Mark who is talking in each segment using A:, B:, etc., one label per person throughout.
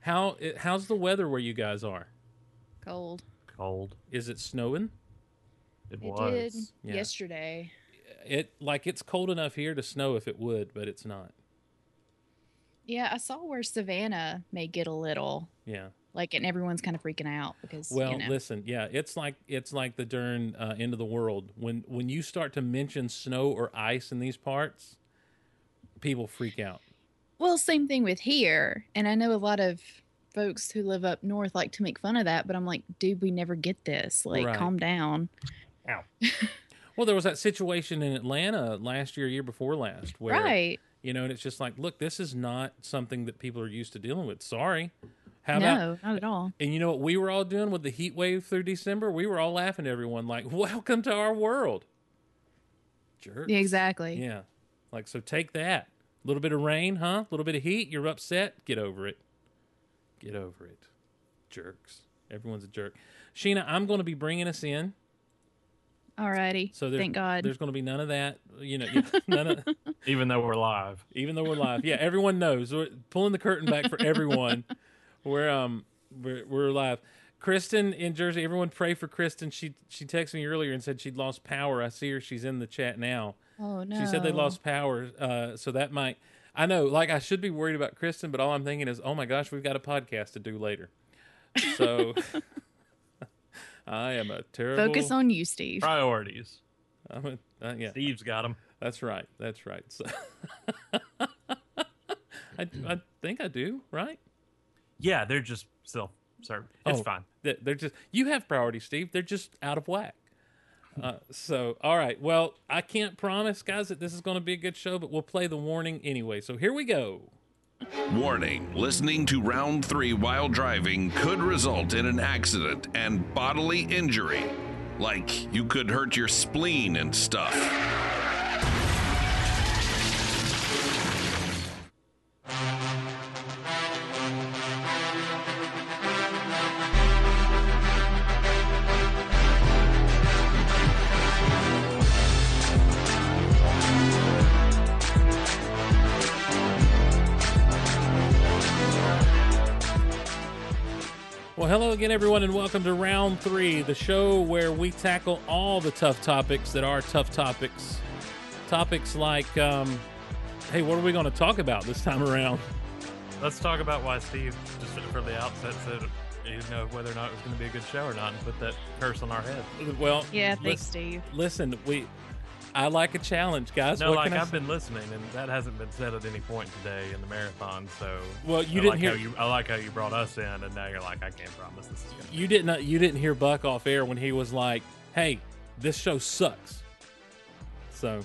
A: How it, how's the weather where you guys are?
B: Cold.
C: Cold.
A: Is it snowing?
C: It,
B: It
C: was.
B: did
A: Yeah.
B: yesterday.
A: It like it's cold enough here to snow if it would, but it's not.
B: Yeah, I saw where Savannah may get a little
A: Yeah.
B: like, and everyone's kind of freaking out because
A: Well,
B: you know,
A: listen, yeah, it's like it's like the darn uh, end of the world when when you start to mention snow or ice in these parts, people freak out.
B: well, same thing with here. And I know a lot of folks who live up north like to make fun of that, but I'm like, dude, we never get this. Like,
A: Right.
B: calm down.
A: Well, there was that situation in Atlanta last year, year before last, where
B: Right.
A: you know, and it's just like, look, this is not something that people are used to dealing with. Sorry. How
B: no,
A: about
B: not at all.
A: and you know what we were all doing with the heat wave through December? We were all laughing at everyone like, "Welcome to our world." Jerk.
B: Yeah, exactly.
A: Yeah. Like, so take that. A little bit of rain, huh? A little bit of heat. You're upset. Get over it. Get over it. Jerks. Everyone's a jerk. Sheena, I'm going to be bringing us in.
B: Alrighty.
A: So there,
B: Thank God.
A: there's going to be none of that. You know, none of,
C: Even though we're live.
A: even though we're live. Yeah, everyone knows. We're pulling the curtain back for everyone. we're um we're, we're live. Kristen in Jersey, everyone pray for Kristen. She she texted me earlier and said she'd lost power. I see her. She's in the chat now.
B: Oh no.
A: She said they lost power, uh, so that might. I know, like I should be worried about Kristen, but all I'm thinking is, oh my gosh, we've got a podcast to do later. So I am a terrible.
B: Focus on you, Steve.
C: Priorities.
A: I'm a, uh, yeah,
C: Steve's got them.
A: that's right. That's right. So I, I think I do right.
C: Yeah, they're just self serve. It's
A: Oh.
C: fine.
A: They- They're just you have priorities, Steve. They're just out of whack. Uh, so all right. Well, I can't promise, guys, that this is going to be a good show, but we'll play the warning anyway. So here we go.
D: Warning listening to round three while driving could result in an accident and bodily injury. Like you could hurt your spleen and stuff.
A: Well, hello again, everyone, and welcome to round three, the show where we tackle all the tough topics that are tough topics. Topics like, um, hey, what are we going to talk about this time around?
C: Let's talk about why Steve just from the outset said he didn't know whether or not it was going to be a good show or not and put that curse on our head.
A: Well,
B: Yeah, thanks,
A: lis-
B: Steve.
A: listen, we, I like a challenge, guys.
C: No,
A: What
C: like
A: can I
C: I've
A: say?
C: been listening, and that hasn't been said at any point today in the marathon. So
A: Well, you
C: I
A: didn't
C: like
A: hear-
C: How you, I like how you brought us in, and now you're like, I can't promise this is gonna.
A: you didn't you didn't hear Buck off air when he was like, hey, this show sucks. So,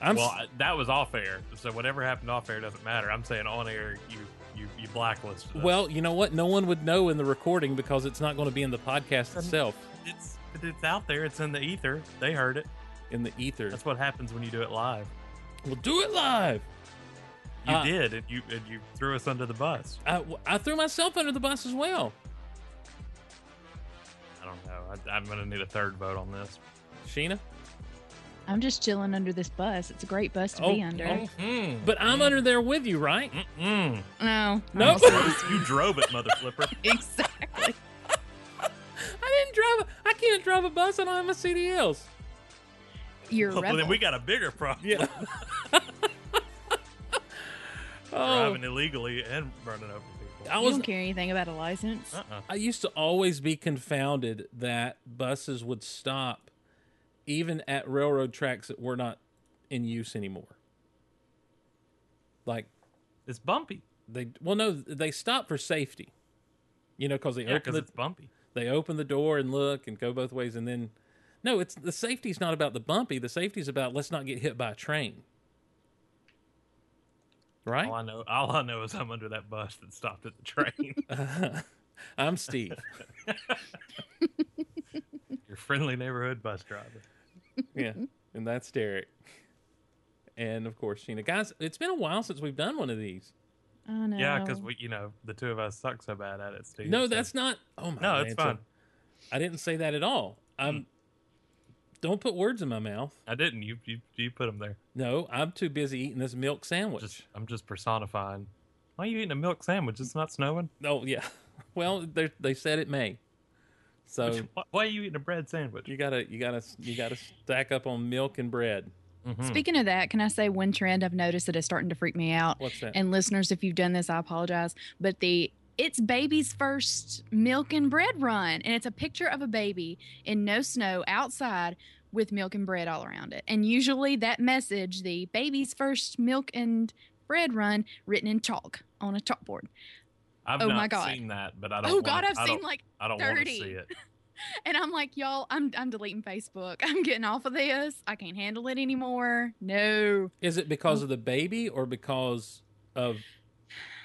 A: I'm
C: well, I- that was off air, so whatever happened off air doesn't matter. I'm saying on air, you you you blacklisted. us.
A: well, you know what? No one would know in the recording because it's not going to be in the podcast itself,
C: it's it's out there. It's in the ether. They heard it.
A: in the ether.
C: That's what happens when you do it live.
A: We'll do it live.
C: You
A: Uh,
C: did, and you and you threw us under the bus.
A: I, I threw myself under the bus as well.
C: I don't know. I, I'm gonna need a third vote on this.
A: Sheena?
B: I'm just chilling under this bus. It's a great bus to
A: Oh,
B: be under.
A: oh.
C: Mm,
A: But I'm under there with you, right?
C: mm.
B: No.
A: No.
C: you drove it, mother flipper.
B: exactly.
A: I didn't drive a, I can't drive a bus. I don't have my CDLs.
B: You're a
C: Well,
B: rebel.
C: then we got a bigger problem.
A: Yeah. oh,
C: Driving illegally and running over people.
A: I
B: You
A: was
B: don't care anything about a license.
C: Uh-uh.
A: I used to always be confounded that buses would stop even at railroad tracks that were not in use anymore. Like
C: It's bumpy.
A: they well no, they stop for safety. You know, cuz they
C: Yeah,
A: open
C: because
A: the
C: it's bumpy.
A: they open the door and look and go both ways and then no it's the safety's not about the bumpy the safety's about let's not get hit by a train right
C: All Oh, I know, all I know is I'm under that bus that stopped at the train.
A: i'm steve
C: Your friendly neighborhood bus driver.
A: yeah
E: Mm-hmm.
A: and that's derek and of course sheena guys it's been a while since we've done one of these
B: Oh no.
C: Yeah, because we, you know, the two of us suck so bad at it, Steve.
A: no
C: so-
A: that's not oh my
C: no, it's
A: Lanta.
C: fine.
A: i didn't say that at all i'm don't put words in my mouth
C: I didn't. You, you, you put them there.
A: no i'm too busy eating this milk sandwich
C: Just, I'm just personifying Why are you eating a milk sandwich? It's not snowing.
A: Oh yeah. Well, they they said it may. So
C: Why- Why are you eating a bread sandwich?
A: you gotta you gotta you gotta stack up on milk and bread.
C: Mhm.
E: Speaking of that, can I say one trend I've noticed that is starting to freak me out?
A: What's that?
E: And listeners, if you've done this, I apologize. But the it's baby's first milk and bread run, and it's a picture of a baby in no snow outside with milk and bread all around it. And usually that message, the baby's first milk and bread run, written in chalk on a chalkboard.
C: I've
E: oh
C: not
E: my God.
C: seen that, but I don't.
E: Oh
C: wanna-
E: God, I've
C: I
E: seen
C: don't-
E: like,
C: I don't want to
E: 30.
C: see it.
E: and I'm like, y'all, I'm I'm deleting Facebook. I'm getting off of this. I can't handle it anymore. No,
A: Is it because
E: Oh.
A: of the baby or because of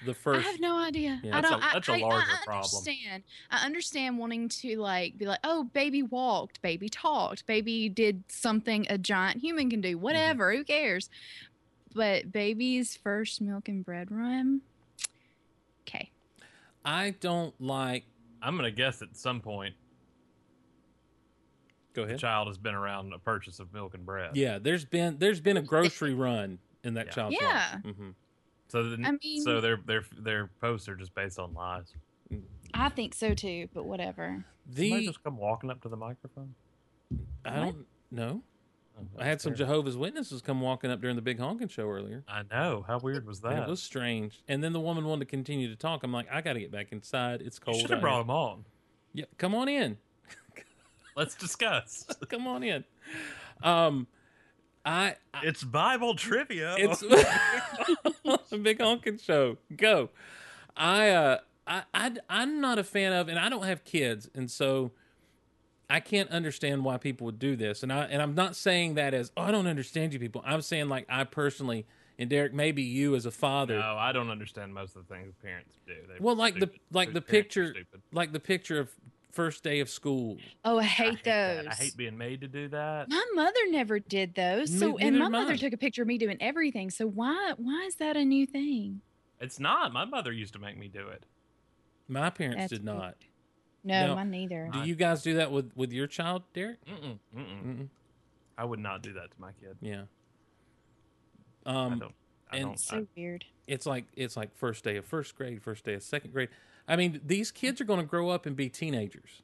A: the first?
E: I have no idea.
A: Yeah,
E: I
C: that's
E: don't.
C: a-
E: I-
C: that's a
E: I- I
C: larger problem.
E: Understand. I understand wanting to like be like, oh, baby walked, baby talked, baby did something a giant human can do.
C: Mm-hmm.
E: Whatever. Who cares? But baby's first milk and bread run. Okay.
A: I don't like.
C: I'm gonna guess at some point
A: Go
C: the
A: ahead.
C: child has been around a purchase of milk and bread.
A: Yeah, there's been there's been a grocery run in that
C: Yeah. Mm-hmm.
A: child's
E: Yeah.
A: life. Mhm.
C: So the,
E: I mean-
C: so their their their posts are just based on lies.
E: I think so too, but whatever.
A: The
C: Somebody just come walking up to the microphone.
A: I don't know.
C: Oh,
A: I
C: that's
A: had some
C: terrible.
A: Jehovah's Witnesses come walking up during the big honking show earlier.
C: I know. How weird was
A: And
C: that?
A: it was strange. And then the woman wanted to continue to talk. I'm like, I got to get back inside. It's
C: you
A: cold.
C: should have
A: out
C: brought
A: here."
C: him on.
A: Yeah, come on in.
C: Let's discuss.
A: Come on in. Um, I, I
C: it's Bible trivia.
A: it's a big honking show. Go. I, uh, I, I, I'm not a fan of, and I don't have kids, and so I can't understand why people would do this. And I, and I'm not saying that as, oh, I don't understand you people. I'm saying like I personally, and Derek, maybe you as a father,
C: no, I don't understand most of the things parents do. They're
A: Well, like the-
C: stupid.
A: like
C: Parents
A: the
C: are
A: picture-
C: stupid.
A: like the picture of first day of school.
E: Oh, I
C: I
E: hate,
C: hate
E: those.
C: that. I hate being made to do that.
E: my mother never did those.
A: Ne-
E: So, and
A: neither
E: my
A: did
E: mother
A: mine.
E: took a picture of me doing everything. So why why is that a new thing?
C: It's not. My mother used to make me do it.
A: My parents
E: That's
A: did
E: weird.
A: not.
E: No,
A: No.
E: mine neither.
A: Do you guys do that with with your child, Derek?
C: Mm-mm, mm-mm.
A: Mm-mm.
C: I would not do that to my kid.
A: Yeah.
C: I
A: Um,
C: don't. I
A: and
C: don't.
E: It's
C: I-
E: so weird.
A: it's like it's like first day of first grade, first day of second grade. I mean, these kids are going to grow up and be teenagers.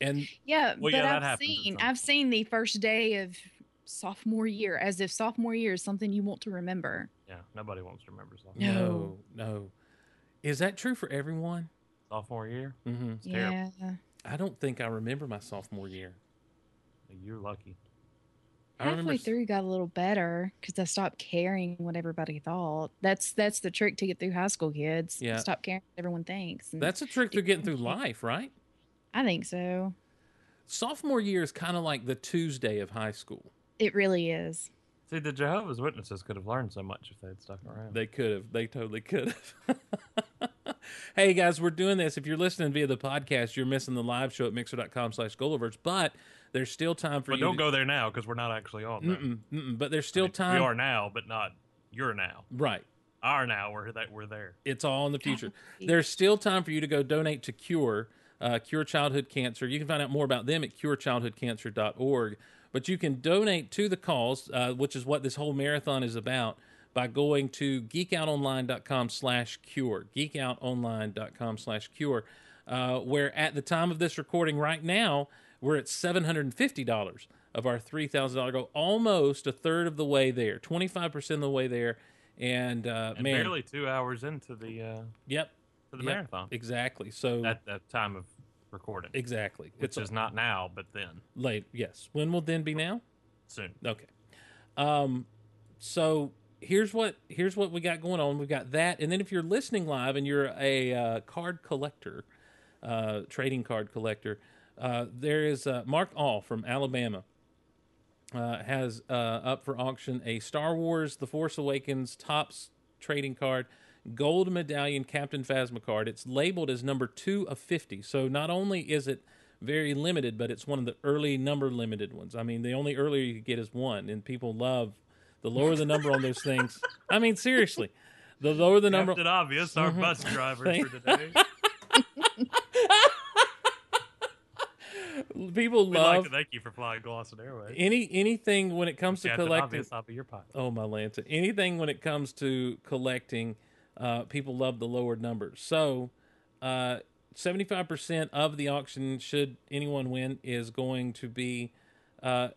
A: And
E: Yeah,
C: Well,
E: but
C: yeah, that
E: I've
C: happens at
E: seen
C: some
E: I've
C: point.
E: seen the first day of sophomore year as if sophomore year is something you want to remember.
C: yeah, nobody wants to remember sophomore,
A: no,
E: No.
A: no, is that true for everyone?
C: sophomore year.
A: Mm-hmm.
C: It's terrible.
E: Yeah.
A: I don't think I remember my sophomore year.
C: You're lucky.
A: I remember
E: Halfway
A: s-
E: through got a little better because I stopped caring what everybody thought. That's that's the trick to get through high school kids.
A: Yeah.
E: Stop caring what everyone thinks. and
A: That's a trick to getting through life, right?
E: I think so.
A: Sophomore year is kind of like the Tuesday of high school.
E: It really is.
C: See, the Jehovah's Witnesses could have learned so much if they had stuck around.
A: They could have. They totally could have. hey guys, we're doing this. If you're listening via the podcast, you're missing the live show at mixer.com slash Goliverts, but there's still time for
C: but
A: you
C: don't
A: to-
C: go there now because we're not actually on there.
A: Mm-mm, mm-mm, but there's still
C: I mean,
A: time.
C: We are now, but not your now.
A: Right.
C: Our now. We're that. We're there.
A: It's all in the future.
E: Yeah.
A: There's still time for you to go donate to Cure, uh, Cure Childhood Cancer. You can find out more about them at curechildhoodcancer.org. But you can donate to the cause, uh, which is what this whole marathon is about, by going to geekoutonline.com slash cure, geekoutonline.com slash cure, uh, where at the time of this recording right now, we're at $750 of our $3,000 goal, almost a third of the way there, 25% of the way there. And, uh,
C: And
A: man,
C: barely two hours into the uh,
A: yep,
C: to the
A: Yep,
C: marathon
A: Exactly. So
C: at the time of recording,
A: exactly.
C: which is not now, but then
A: late. Yes. When will then be now?
C: soon.
A: Okay. Um so here's what here's what we got going on. We've got that and then if you're listening live and you're a uh, card collector, uh trading card collector, uh there is uh, Mark All from Alabama. Uh, has uh, up for auction a Star Wars The Force Awakens tops trading card, gold medallion Captain Phasma card. It's labeled as number two of 50. So not only is it very limited, but it's one of the early number limited ones. I mean, the only earlier you could get is one, and people love the lower the number on those things. I mean, seriously, the lower the number.
C: Captain Obvious, our
A: Mhm.
C: bus driver
A: Thank-
C: for today.
A: People
C: We'd like
A: love
C: to thank you for flying Glosson Airways.
A: any anything when it Oh, comes to
C: Captain
A: collecting.
C: Obvious, I'll be your pilot.
A: Oh my Lanta! Anything when it comes to collecting, uh, people love the lower numbers. So, uh, 75% of the auction, should anyone win, is going to be uh,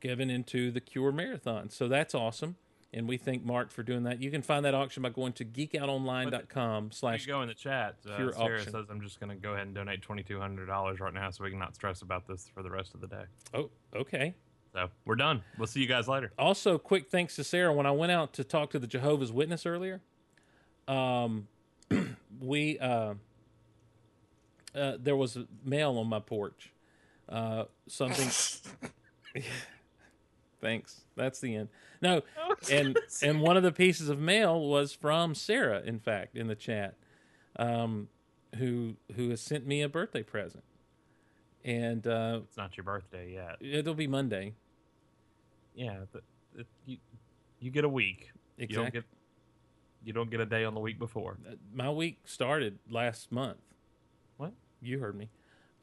A: given into the Cure Marathon. So that's awesome. And we thank Mark for doing that. You can find that auction by going to geekoutonline.com slash
C: You go in the chat. Uh,
A: Pure
C: Sarah
A: auction.
C: says I'm just going to go ahead and donate twenty two hundred dollars right now, so we can not stress about this for the rest of the day.
A: Oh, okay.
C: So we're done. We'll see you guys later.
A: Also, quick thanks to Sarah. When I went out to talk to the Jehovah's Witness earlier, um, we uh, uh, there was mail on my porch. Uh, something. thanks. That's the end. No, and and one of the pieces of mail was from Sarah. In fact, in the chat, um, who who has sent me a birthday present, and uh,
C: It's not your birthday yet.
A: it'll be Monday.
C: Yeah, th- th- you you get a week. You don't
A: Exactly.
C: get you don't get a day on the week before.
A: my week started last month.
C: What?
A: You heard me.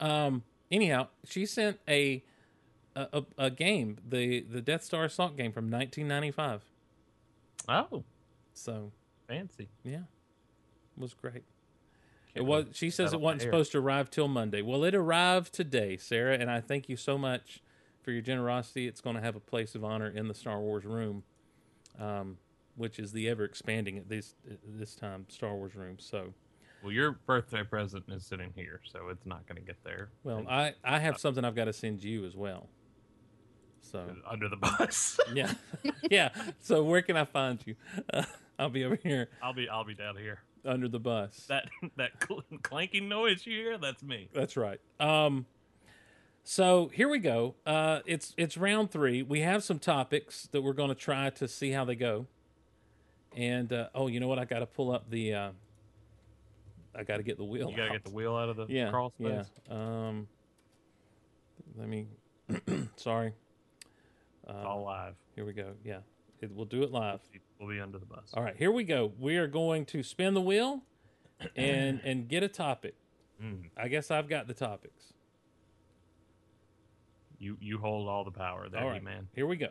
A: Um. Anyhow, she sent a a, a, a game, the the Death Star Assault game from 1995.
C: Oh,
A: So
C: fancy.
A: yeah, it was great. It
C: Can't
A: was.
C: believe
A: She
C: we
A: says
C: got
A: it
C: on
A: wasn't
C: the air.
A: supposed to arrive till Monday. Well, it arrived today, Sarah, and I thank you so much for your generosity. It's going to have a place of honor in the Star Wars room, um, which is the ever expanding at this this time Star Wars room. So.
C: Well, your birthday present is sitting here, so it's not going to get there.
A: Well,
C: And
A: I, I
C: Uh,
A: have something I've got to send you as well. So
C: put it under the bus.
A: yeah, yeah. So where can I find you? Uh, I'll be over here
C: I'll be I'll be down here.
A: under the bus.
C: That that cl- clanking noise you hear, that's me.
A: That's right. Um, so here we go. Uh, it's it's round three. We have some topics that we're going to try to see how they go. And uh, oh, you know what? I got to pull up the. Uh, I got to get the wheel.
C: You got to
A: out.
C: get the wheel out of the
A: yeah,
C: crawl space.
A: yeah. Um, let me. sorry.
C: It's all live.
A: Here we go. Yeah. It, we'll do it live.
C: We'll be under the bus.
A: All right, here we go. We are going to spin the wheel and and get a topic.
C: Mm.
A: I guess I've got the topics.
C: You you hold all the power there,
A: All
C: you
A: right,
C: man.
A: Here we go.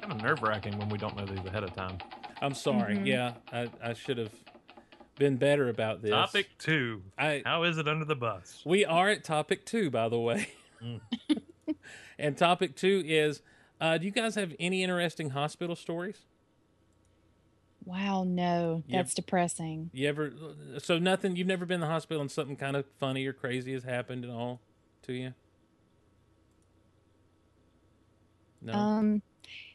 C: Kind of nerve wracking when we don't know these ahead of time.
A: I'm sorry.
E: Mhm.
A: Yeah, I, I should have been better about this.
C: Topic two.
A: I
C: How is it under the bus?
A: we are at topic two, by the way.
C: Mm.
A: and topic two is: uh, Do you guys have any interesting hospital stories?
E: Wow, no,
A: Yep.
E: that's depressing.
A: You ever? So nothing. You've never been in the hospital and something kind of funny or crazy has happened at all to you? No.
E: Um,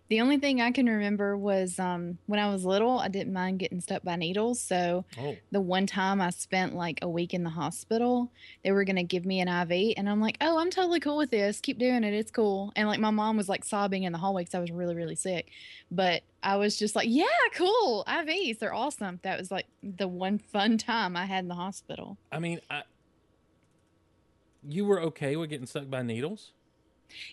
E: the only thing I can remember was um, when I was little, I didn't mind getting stuck by needles. So
A: oh.
E: the one time I spent like a week in the hospital, they were going to give me an IV. And I'm like, oh, I'm totally cool with this. Keep doing it. It's cool. And like my mom was like sobbing in the hallway because I was really, really sick. But I was just like, yeah, cool. IVs, they're awesome. That was like the one fun time I had in the hospital.
A: I mean, I, you were okay with getting stuck by needles?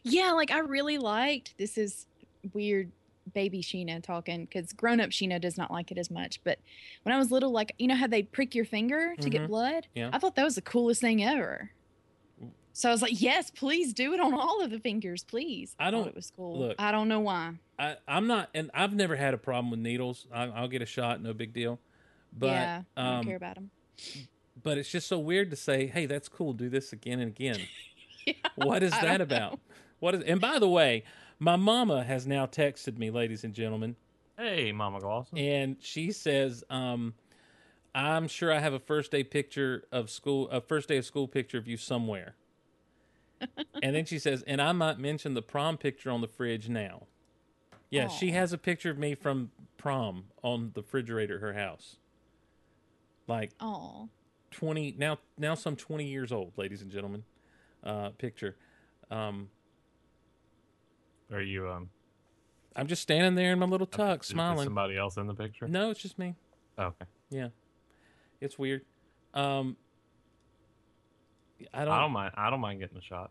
E: Yeah, like I really liked this is weird baby Sheena talking because grown up Sheena does not like it as much. But when I was little, like you know how they prick your finger to
A: Mhm.
E: get blood?
A: Yeah.
E: I thought that was the coolest thing ever. So I was like, yes, please do it on all of the fingers, please.
A: I
E: thought
A: don't-
E: it was cool.
A: look.
E: I don't know why.
A: I, I'm not, and I've never had a problem with needles. I, I'll get a shot, no big deal. But
E: yeah, I don't
A: um,
E: care about them.
A: but it's just so weird to say, "Hey, that's cool. Do this again and again." what is
E: I
A: that
E: don't
A: about? What is? And by the way, my mama has now texted me, ladies and gentlemen,
C: Hey, Mama Glosson.
A: and she says, um, "I'm sure I have a first day picture of school, a first day of school picture of you somewhere." and then she says, "And I might mention the prom picture on the fridge now." Yeah, she
E: Aw.
A: has a picture of me from prom on the refrigerator at her house. Like
E: Oh,
A: twenty now, now some twenty years old, ladies and gentlemen. Uh, picture. Um,
C: Are you um?
A: I'm just standing there in my little
C: is-
A: tuck,
C: is
A: smiling.
C: somebody else in the picture?
A: No, it's just me.
C: Oh, okay.
A: Yeah, it's weird. Um, I don't.
C: I don't mind. I don't mind getting a shot.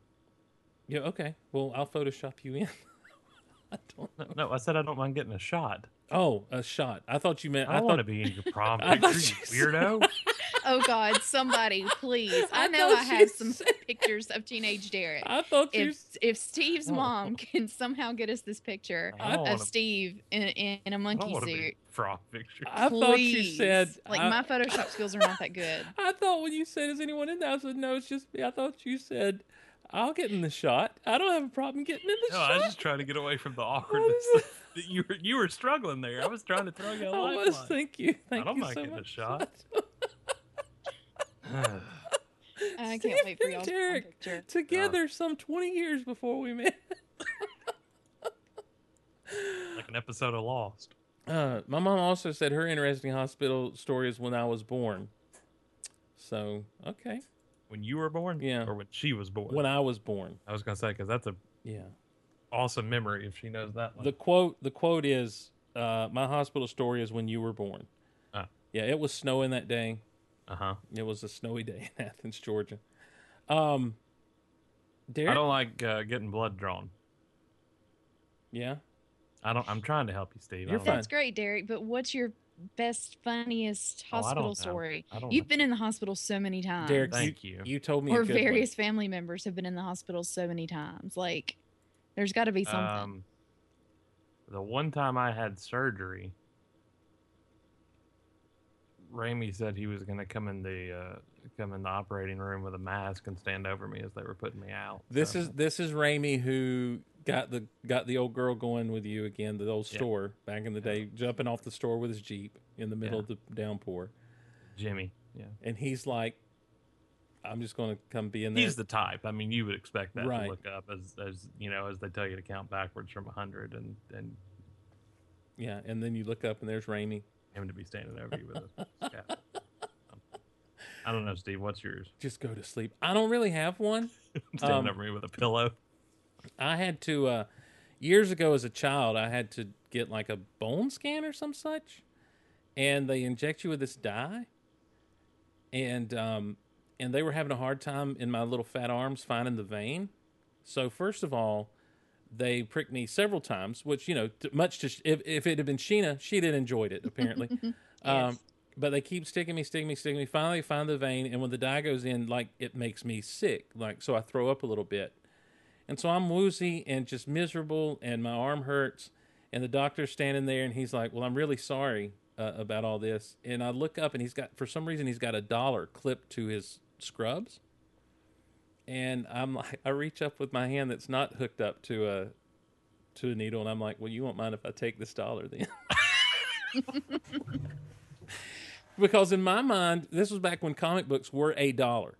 A: yeah, okay. Well, I'll Photoshop you in. I don't know.
C: No, I said I don't mind getting a shot.
A: Oh, a shot. I thought you meant.
C: I,
A: I,
C: don't want to
A: thought.
C: be in your prom
A: I
C: picture,
A: thought
C: you
A: you said-
C: weirdo.
B: Oh God, somebody, please. I,
A: I
B: know
A: thought
B: I
A: you
B: have some
A: said-
B: pictures of teenage Derek.
A: I thought you.
B: If if Steve's
C: Oh.
B: mom can somehow get us this
A: Uh-huh.
B: picture
C: I don't
B: of
C: want to.
B: Steve in, in a
C: I don't
B: monkey
C: want to be
B: suit,
C: prom picture.
A: I thought you
B: please.
A: said.
B: like
A: I,
B: my Photoshop skills are not that good.
A: I thought when you said, "Is anyone in there?" I said, "No, it's just me." I thought you said, "I'll get in the shot. I don't have a problem getting in the
C: No, I
A: shot."
C: was just trying to get away from the
A: What
C: awkwardness
A: is it?
C: that you were you were struggling there. I was trying to throw you a
A: I was.
C: lifeline.
A: Thank you. Thank
C: don't
A: you
C: mind
A: so
C: getting a
A: much.
C: shot.
B: I
A: Steve
B: can't wait for
A: and
B: y'all's prom
A: Derek
B: picture.
A: Together, some twenty years before we met.
C: like an episode of Lost.
A: Uh, my mom also said her interesting hospital story is when I was born. So okay,
C: When you were born,
A: Yeah.
C: or when she was born.
A: when I was born,
C: I was gonna say because that's a
A: yeah.
C: awesome memory if she knows that one.
A: The quote the quote is uh, my hospital story is when you were born.
C: Ah.
A: Yeah, it was snowing that day.
C: uh huh.
A: It was a snowy day in Athens, Georgia. Um Derek
C: I don't like uh, getting blood drawn.
A: Yeah.
C: I don't. I'm trying to help you, Steve. I
A: You're
C: don't-
A: fine.
B: That's great, Derek. But what's your best, funniest
C: Oh, I
B: hospital
C: don't know.
B: story?
C: I don't.
B: You've been in the hospital so many times.
A: Derek,
C: Thank you.
A: You told me a
B: or
A: good one.
B: various family members have been in the hospital so many times. Like, there's got to be something.
C: Um, the one time I had surgery, Ramey said he was going to come in the uh, come in the operating room with a mask and stand over me as they were putting me out.
A: This
C: so-
A: is this is Raimi who got the got the old girl going with you again, the old
C: Yeah.
A: store back in the day, jumping off the store with his Jeep in the middle of the downpour.
C: Jimmy. Yeah,
A: And he's like, I'm just gonna come be in there.
C: he's the type. I mean, you would expect that
A: Right.
C: to look up as as you know as they tell you to count backwards from hundred and and
A: yeah, and then you look up and there's Raimi.
C: him to be standing over you with a scalpel. I don't know, Steve. What's yours?
A: Just go to sleep. I don't really have one.
C: Standing
A: Um,
C: over me with a pillow.
A: I had to uh, years ago as a child. I had to get like a bone scan or some such, and they inject you with this dye, and um, and they were having a hard time in my little fat arms finding the vein. So first of all, they pricked me several times, which you know, t- much to sh- if if it had been Sheena, she'd have enjoyed it apparently. um,
B: Yes.
A: but they keep sticking me, sticking me, sticking me. Finally, find the vein, and when the dye goes in, like it makes me sick, like so I throw up a little bit. And so I'm woozy and just miserable, and my arm hurts. And the doctor's standing there, and he's like, "Well, I'm really sorry uh, about all this." And I look up, and he's got for some reason he's got a dollar clipped to his scrubs. And I'm like, I reach up with my hand that's not hooked up to a to a needle, and I'm like, "Well, you won't mind if I take this dollar then." because in my mind, this was back when comic books were a dollar.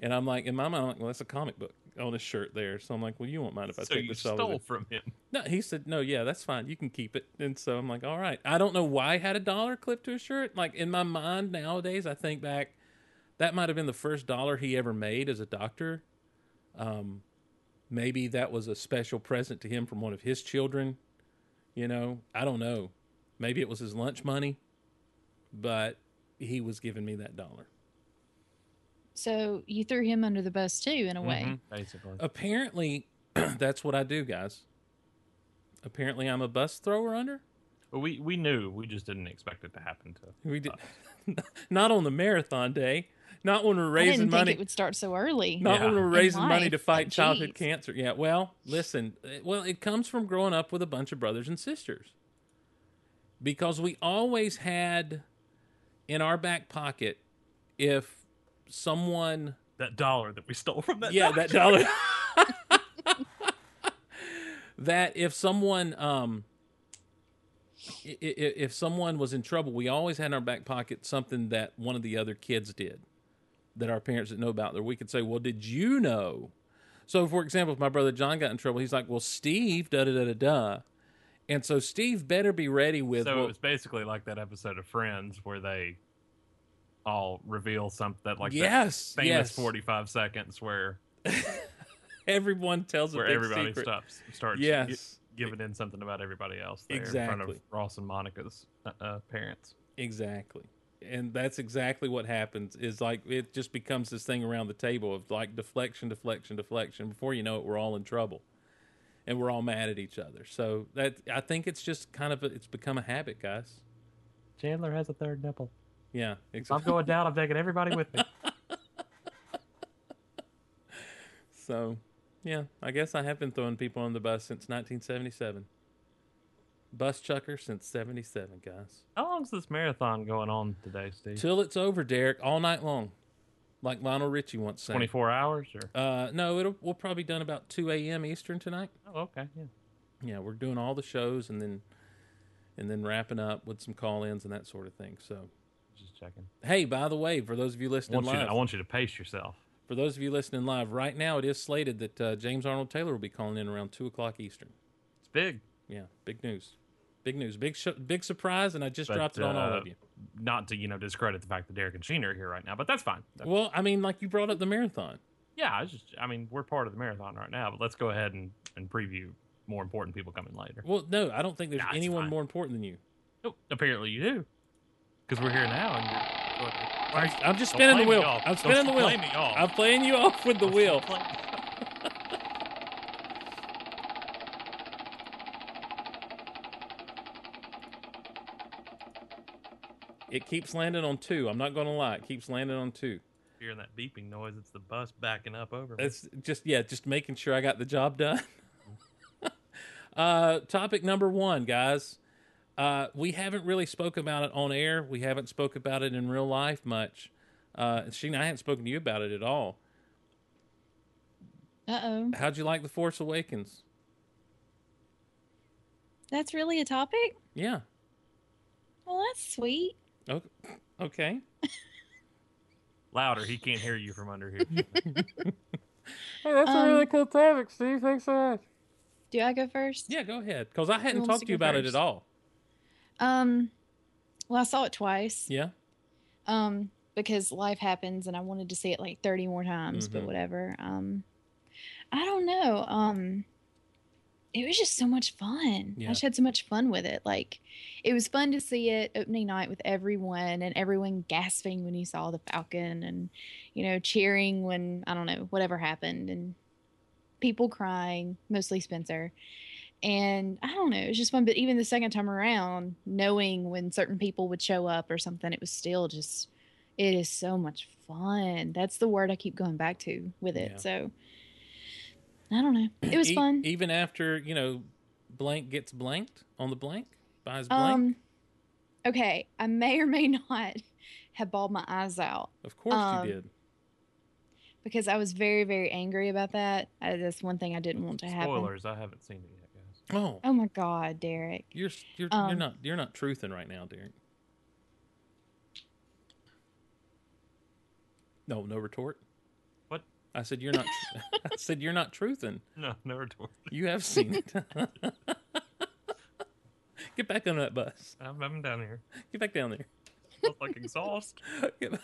A: And I'm like, in my mind, I'm like, well, that's a comic book on his shirt there. So I'm like, well, you won't mind if I
C: So
A: take
C: you
A: this dollar.
C: stole
A: then.
C: from him.
A: No, he said, no, yeah, that's fine. You can keep it. And so I'm like, all right. I don't know why I had a dollar clipped to his shirt. Like in my mind nowadays, I think back, that might have been the first dollar he ever made as a doctor. Um, maybe that was a special present to him from one of his children. You know, I don't know. Maybe it was his lunch money, but he was giving me that dollar.
B: so you threw him under the bus too, in a way.
C: Mhm, basically.
A: Apparently, that's what I do, guys. Apparently, I'm a bus thrower under.
C: But we we knew we just didn't expect it to happen to.
A: We did not on the marathon day, not when we're
B: I didn't
A: raising
B: think
A: money,
B: it would start so early.
A: not when
C: Yeah.
A: we're
B: in
A: raising money
B: life,
A: to fight
B: like,
A: childhood
B: jeez.
A: cancer. Yeah, well, listen, it- well, it comes from growing up with a bunch of brothers and sisters because we always had in our back pocket if someone
C: That dollar that we stole from that.
A: yeah
C: doctor.
A: that dollar that if someone um i- i- i- if someone was in trouble we always had in our back pocket something that one of the other kids did that our parents didn't know about that we could say well did you know so for example if my brother john got in trouble he's like well steve da da da da da and so steve better be ready with
C: So
A: well,
C: it was basically like that episode of Friends where they all reveal something that like that
A: yes
C: famous
A: yes
C: forty five seconds where
A: everyone tells a
C: where
A: big
C: everybody
A: secret.
C: stops starts gi-
A: yes
C: giving in something about everybody else there in front of
A: Exactly.
C: Ross and Monica's uh, uh, parents.
A: Exactly. And that's exactly what happens is like it just becomes this thing around the table of like deflection, deflection, deflection. Before you know it, we're all in trouble. and we're all mad at each other. So that I think it's just kind of a, it's become a habit, guys.
C: Chandler has a third nipple.
A: Yeah,
C: If I'm
A: exactly.
C: going down. I'm taking everybody with me.
A: So, yeah, I guess I have been throwing people on the bus since 1977. Bus chucker since 77, guys.
C: How long's this marathon going on today, Steve?
A: Till it's over, Derek, all night long. Like Lionel Richie once said.
C: 24 hours or?
A: Uh, no, it'll we'll probably done about 2 a.m. Eastern tonight.
C: Oh, okay. Yeah.
A: Yeah, we're doing all the shows and then and then wrapping up with some call-ins and that sort of thing. So,
C: Just checking.
A: hey, by the way, for those of you
C: I
A: listening
C: want, you
A: live,
C: to, I want you to pace yourself.
A: for those of you listening live, right now it is slated that uh, James Arnold Taylor will be calling in around two o'clock Eastern.
C: It's big.
A: Yeah, big news, big news, big sh- big surprise, and I just
C: But,
A: dropped it on all
C: uh,
A: of you.
C: Not to you know discredit the fact that Derek and Sheena are here right now, but that's fine. That-
A: Well, I mean, like you brought up the marathon.
C: yeah, I was just I mean we're part of the marathon right now, but let's go ahead and and preview more important people coming later.
A: Well, no, I don't think there's
C: Nah, it's
A: anyone
C: fine.
A: more important than you.
C: Oh, apparently you do, because we're here now. And you're,
A: I'm,
C: Don't
A: I'm just spinning the
C: blame
A: wheel.
C: me off.
A: I'm
C: Don't
A: spinning the wheel.
C: blame me off.
A: I'm playing you off with the
C: Don't
A: wheel.
C: blame-
A: It keeps landing on two. I'm not going to lie. It keeps landing on two.
C: Hearing that beeping noise, it's the bus backing up over. me.
A: It's just yeah, just making sure I got the job done. uh, topic number one, guys. Uh, we haven't really spoke about it on air. We haven't spoke about it in real life much. Uh, Sheena, I haven't spoken to you about it at all.
E: Uh oh.
A: How'd you like the Force Awakens?
E: That's really a topic?
A: Yeah.
E: Well, that's sweet.
A: O- Okay.
C: Louder, he can't hear you from under here.
A: Hey, that's
E: a really Um,
A: cool topic, Steve. Thanks for that.
E: Do I go first?
A: Yeah, go ahead. Because I hadn't
E: Who wants
A: talked
E: to
A: to you
E: go
A: about it
E: first?
A: at all.
E: Um, well, I saw it twice.
A: Yeah.
E: Um, because life happens and I wanted to see it like 30 more times, but
A: Mhm.
E: whatever. Um, I don't know. Um, it was just so much fun.
A: Yeah.
E: I just had so much fun with it. Like, it was fun to see it opening night with everyone and everyone gasping when you saw the Falcon and, you know, cheering when, I don't know, whatever happened and people crying, mostly Spencer. And I don't know, it was just fun. But even the second time around, knowing when certain people would show up or something, it was still just, it is so much fun. That's the word I keep going back to with it.
A: Yeah.
E: So I don't know. It was
A: E-
E: fun.
A: Even after, you know, blank gets blanked on the blank by his blank.
E: Um, okay, I may or may not have bawled my eyes out
A: of course
E: um,
A: you did.
E: because I was very, very angry about that. I, that's one thing I didn't want to happen.
C: Spoilers, I haven't seen it yet, guys.
A: Oh.
E: Oh my God, Derek.
A: You're s- you're you're
E: Um,
A: not you're not truthing right now, Derek. No, no retort.
C: What?
A: I said you're not. tr- I said you're not truthing.
C: No, never told.
A: You have seen it. Get back on that bus.
C: I'm, I'm down here.
A: Get back down there.
C: I was like exhaust.
A: Get ba-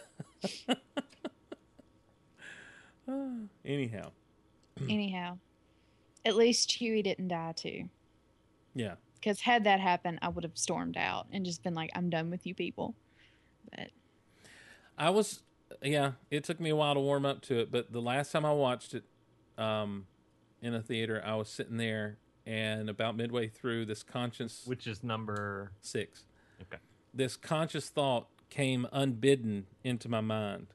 A: Ah, Anyhow,
E: Anyhow, at least Chewie didn't die too.
A: yeah.
E: Because had that happened, I would have stormed out and just been like, I'm done with you people. But
A: I was yeah, it took me a while to warm up to it, but the last time I watched it um in a theater, I was sitting there and about midway through this conscious
C: Which is number
A: 6.
C: Okay.
A: This conscious thought came unbidden into my mind.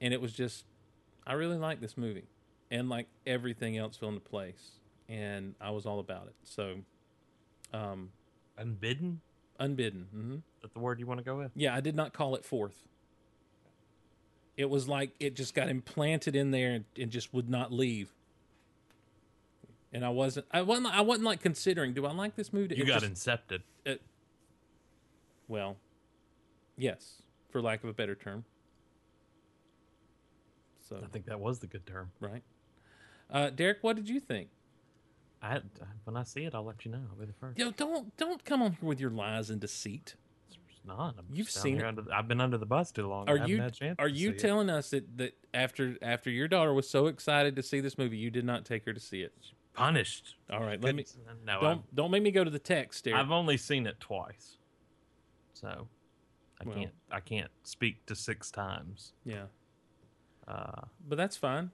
A: And it was just I really like this movie and like everything else fell into place and I was all about it. So um
C: unbidden.
A: unbidden. Mhm.
C: Is that the word you want to go with?
A: Yeah, I did not call it forth. It was like it just got implanted in there and, and just would not leave. And I wasn't, I wasn't, I wasn't like considering, do I like this movie?
C: You
A: It
C: got
A: just-
C: incepted.
A: Well, yes, for lack of a better term. So
C: I think that was the good term.
A: right, uh, Derek, what did you think?
C: I when I see it, I'll let you know. I'll be the first.
A: Yo, don't don't come on here with your lies and deceit.
C: There's not. I'm
A: You've
C: just down
A: seen
C: here
A: it.
C: Under, I've been under the bus too long. I
A: Are
C: haven't
A: you
C: had a chance
A: are
C: to
A: you
C: see it.
A: telling us that that after after your daughter was so excited to see this movie, you did not take her to see it?
C: punished?
A: All right, let me.
C: Goodness, No,
A: Don't don't make me go to the text,
C: I've,
A: Derek.
C: I've only seen it twice, so I
A: Well.
C: can't. I can't speak to six times.
A: yeah,
C: Uh,
A: but that's fine.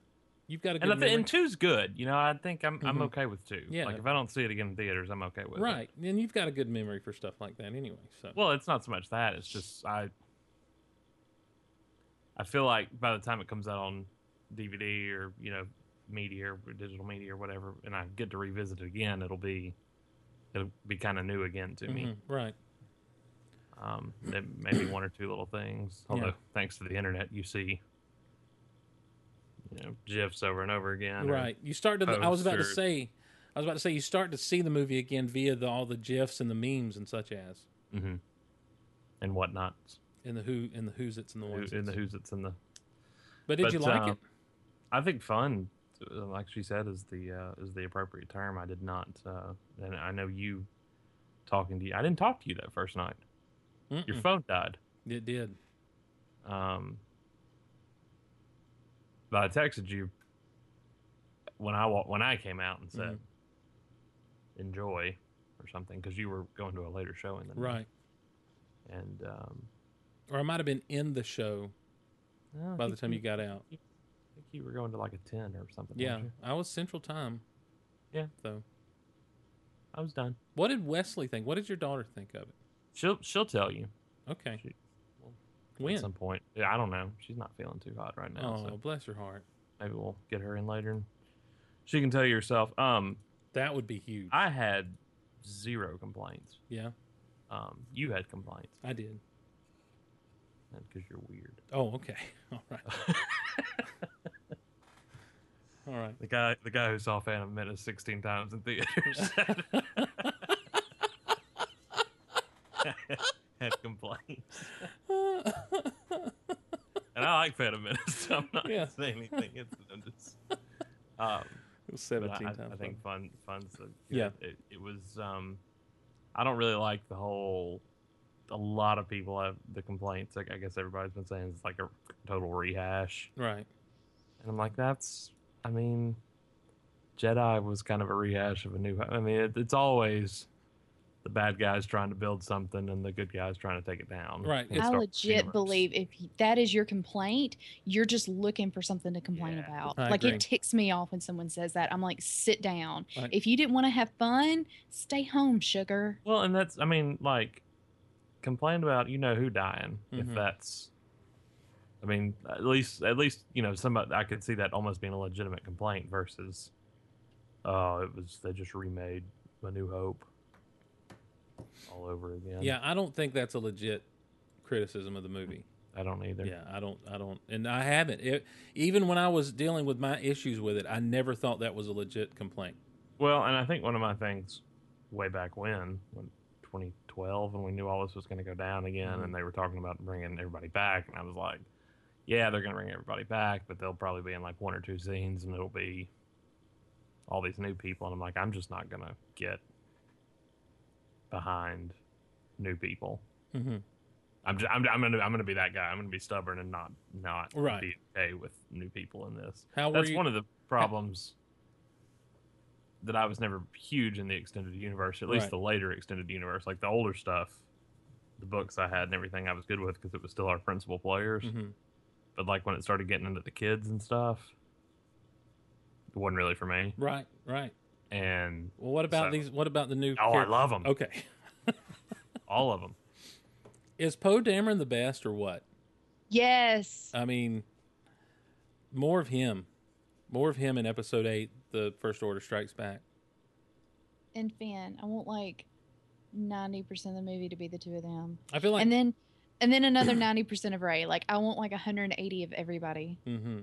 A: You've got a good
C: And, I think,
A: memory.
C: and two's good. You know, I think I'm I'm
A: Mhm.
C: okay with two.
A: Yeah.
C: Like if I don't see it again in theaters, I'm okay with it.
A: right. And you've got a good memory for stuff like that anyway. So
C: Well, it's not so much that. It's just I. I feel like by the time it comes out on DVD or you know media or digital media or whatever, and I get to revisit it again, it'll be it'll be kind of new again to me.
A: Mhm, right.
C: Um, there may be one or two little things.
A: Yeah.
C: Although thanks to the internet, you see, you know, gifs over and over again. or-
A: Right. You start to. I was about to
C: poster.
A: say. I was about to say you start to see the movie again via the, all the gifs and the memes and such as,
C: Mhm. and whatnot.
A: and the who and the who's it's and the ones.
C: In the who's it's in the.
A: But did you
C: But,
A: like
C: uh,
A: it?
C: I think fun, uh, like she said, is the uh, is the appropriate term. I did not, uh, and I know you talking to you. I didn't talk to you that first night. Your
A: Mm-mm.
C: phone died.
A: It did.
C: Um, but I texted you when I wa- when I came out and said
A: Mm-hmm.
C: enjoy or something because you were going to a later showing than me.
A: Right.
C: And um,
A: Or I might have been in the show
C: I
A: by the
C: think
A: time you got out.
C: I think you were going to like a ten or something. weren't
A: Yeah,
C: you?
A: I was Central Time.
C: Yeah.
A: So,
C: I was done.
A: what did Wesley think? What did your daughter think of it?
C: She'll she'll tell you.
A: Okay.
C: She- well,
A: when?
C: At some point. Yeah, I don't know. She's not feeling too hot right now.
A: oh,
C: So
A: bless her heart.
C: maybe we'll get her in later and she can tell you herself. Um,
A: That would be huge.
C: I had zero complaints.
A: yeah,
C: Um, you had complaints
A: I did.
C: because you're weird.
A: Oh, okay. All right. All right.
C: The guy, the guy who saw Phantom Menace 16 times in theaters had, had complaints. And I like Phantom Menace. So I'm not
A: Yeah.
C: gonna saying anything. It's, I'm just, um,
A: It was
C: but
A: 17
C: I,
A: times.
C: I think fun, fun's a,
A: Yeah.
C: It, it was. Um, I don't really like the whole. A lot of people have the complaints. Like I guess everybody's been saying it's like a total rehash,
A: Right.
C: and I'm like, that's. I mean, Jedi was kind of a rehash of a new. I mean, it, it's always the bad guys trying to build something and the good guys trying to take it down.
A: Right.
C: and
E: I
C: start
E: legit
C: rumors.
E: believe if y- that is your complaint, you're just looking for something to complain
C: Yeah.
E: about.
A: I
E: like
A: agree.
E: it ticks me off when someone says that. I'm like, sit down.
A: Right.
E: If you didn't want to have fun, stay home, sugar.
C: Well, and that's I mean, like, complain about you know who dying
A: Mhm.
C: if that's. I mean, at least at least you know some I could see that almost being a legitimate complaint versus, oh, it was they just remade A New Hope. All over again.
A: Yeah, I don't think that's a legit criticism of the movie.
C: I don't either.
A: Yeah, I don't, I don't, and I haven't. It, even when I was dealing with my issues with it, I never thought that was a legit complaint.
C: Well, and I think one of my things, way back when, when 2012, when we knew all this was going to go down again,
A: Mhm.
C: and they were talking about bringing everybody back, and I was like, yeah, they're going to bring everybody back, but they'll probably be in like one or two scenes, and it'll be all these new people, and I'm like, I'm just not going to get behind new people.
A: Mm-hmm.
C: I'm just, I'm I'm gonna I'm gonna be that guy. I'm gonna be stubborn and not not
A: Right.
C: be okay with new people in this.
A: How were
C: That's
A: you?
C: one of the problems that I was never huge in the extended universe, at least
A: Right.
C: the later extended universe. Like the older stuff, the books I had and everything I was good with because it was still our principal players.
A: Mhm.
C: But like when it started getting into the kids and stuff, it wasn't really for me.
A: Right, right.
C: And
A: Well, what about
C: So-
A: these? What about the new?
C: oh, I
A: character-
C: love them.
A: Okay,
C: All of them.
A: is Poe Dameron the best or what?
E: Yes.
A: I mean, more of him, more of him in Episode Eight, The First Order Strikes Back.
E: and Finn. I want like 90% of the movie to be the two of them.
A: I feel like.
E: and then and then another 90% of Ray. Like I want like 180 of everybody.
A: hmm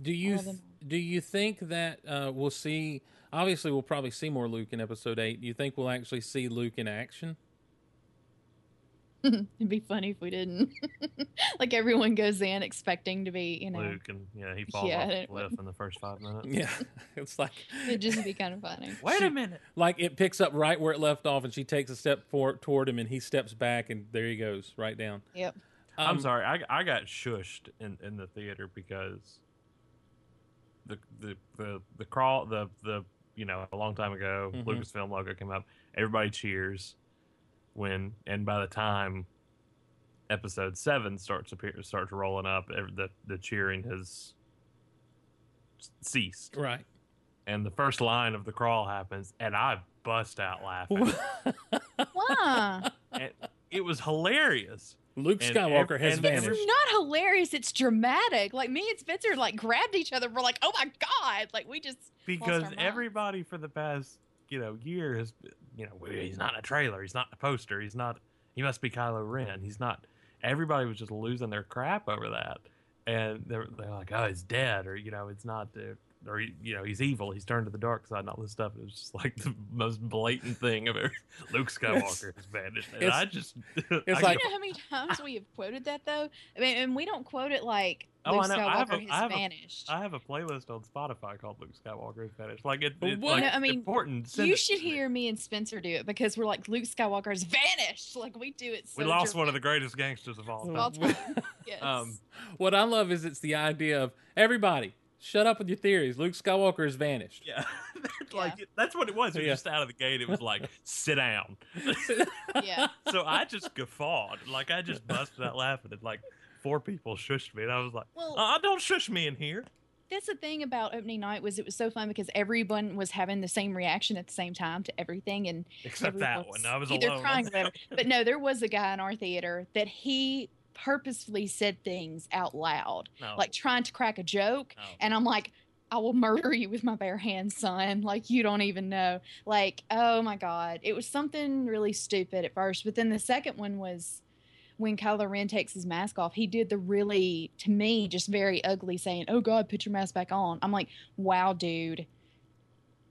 A: Do you
E: love
A: th-
E: them
A: do you think that uh, we'll see? Obviously, we'll probably see more Luke in Episode Eight. Do you think we'll actually see Luke in action?
E: It'd be funny if we didn't. like everyone goes in expecting to be, you know.
C: Luke and yeah, he falls
E: Yeah,
C: off the
E: it
C: cliff in the first five minutes.
A: Yeah, it's like
E: It'd just be kind of funny.
A: Wait a
C: minute.
A: like it picks up right where it left off, and she takes a step for- toward him, and he steps back, and there he goes, right down.
E: Yep.
A: Um,
C: I'm sorry, I, I got shushed in, in the theater because the the the the crawl the the you know a long time ago
A: Mhm.
C: Lucasfilm logo came up. Everybody cheers when and by the time episode seven starts appear starts rolling up, ev- the the cheering has ceased,
A: Right.
C: and the first line of the crawl happens, and I bust out laughing.
E: Wow.
C: And it was hilarious.
A: Luke
C: And
A: Skywalker
C: ev-
A: has
C: and
A: vanished.
E: it's not hilarious. It's dramatic. Like me and Spencer like grabbed each other. We're like, oh my god! Like we just
C: because
E: our minds.
C: everybody for the past you know year has been- you know well, he's not in a trailer he's not in a poster he's not he must be Kylo Ren he's not everybody was just losing their crap over that and they're, they're like oh he's dead or you know it's not the or you know he's evil he's turned to the dark side and all this stuff it was just like the most blatant thing of ever Luke Skywalker has vanished and
A: it's-
C: I just
A: it's
C: I
A: like-
E: you know how many times we have quoted that though. I mean, and we don't quote it like
C: Oh, I
E: Luke
C: know. I have
E: Skywalker
C: a- I
E: has
C: have a-
E: vanished.
C: I have a playlist on Spotify called Luke Skywalker has vanished like it,
A: Well,
C: it's
A: what-
C: like
E: No, I mean,
C: important
E: you
C: sentence
E: should
C: to me.
E: hear me and Spencer do it because we're like Luke Skywalker's vanished. Like we do it. So
C: we lost one of the greatest gangsters of all time.
E: all time. Yes.
C: Um,
A: what I love is it's the idea of everybody shut up with your theories. Luke Skywalker has vanished.
C: yeah, that's like that's what it was. It was
A: Yeah.
C: just out of the gate. It was like sit down.
E: yeah.
C: So I just guffawed, like I just busted out laughing. And like four people shushed me, and I was like,
E: Well,
C: "Uh, don't shush me in here."
E: that's the thing about opening night was it was so fun because everyone was having the same reaction at the same time to everything and
C: Except that
E: everyone
C: one, I was
E: either
C: alone.
E: crying or whatever. But no, there was a guy in our theater that he purposefully said things out loud,
C: No,
E: like trying to crack a joke,
C: no.
E: and I'm like. I will murder you with my bare hands, son. Like, you don't even know. Like, oh my God. It was something really stupid at first. But then the second one was when Kylo Ren takes his mask off. He did the really, to me, just very ugly saying, Oh God, put your mask back on. I'm like, wow, dude.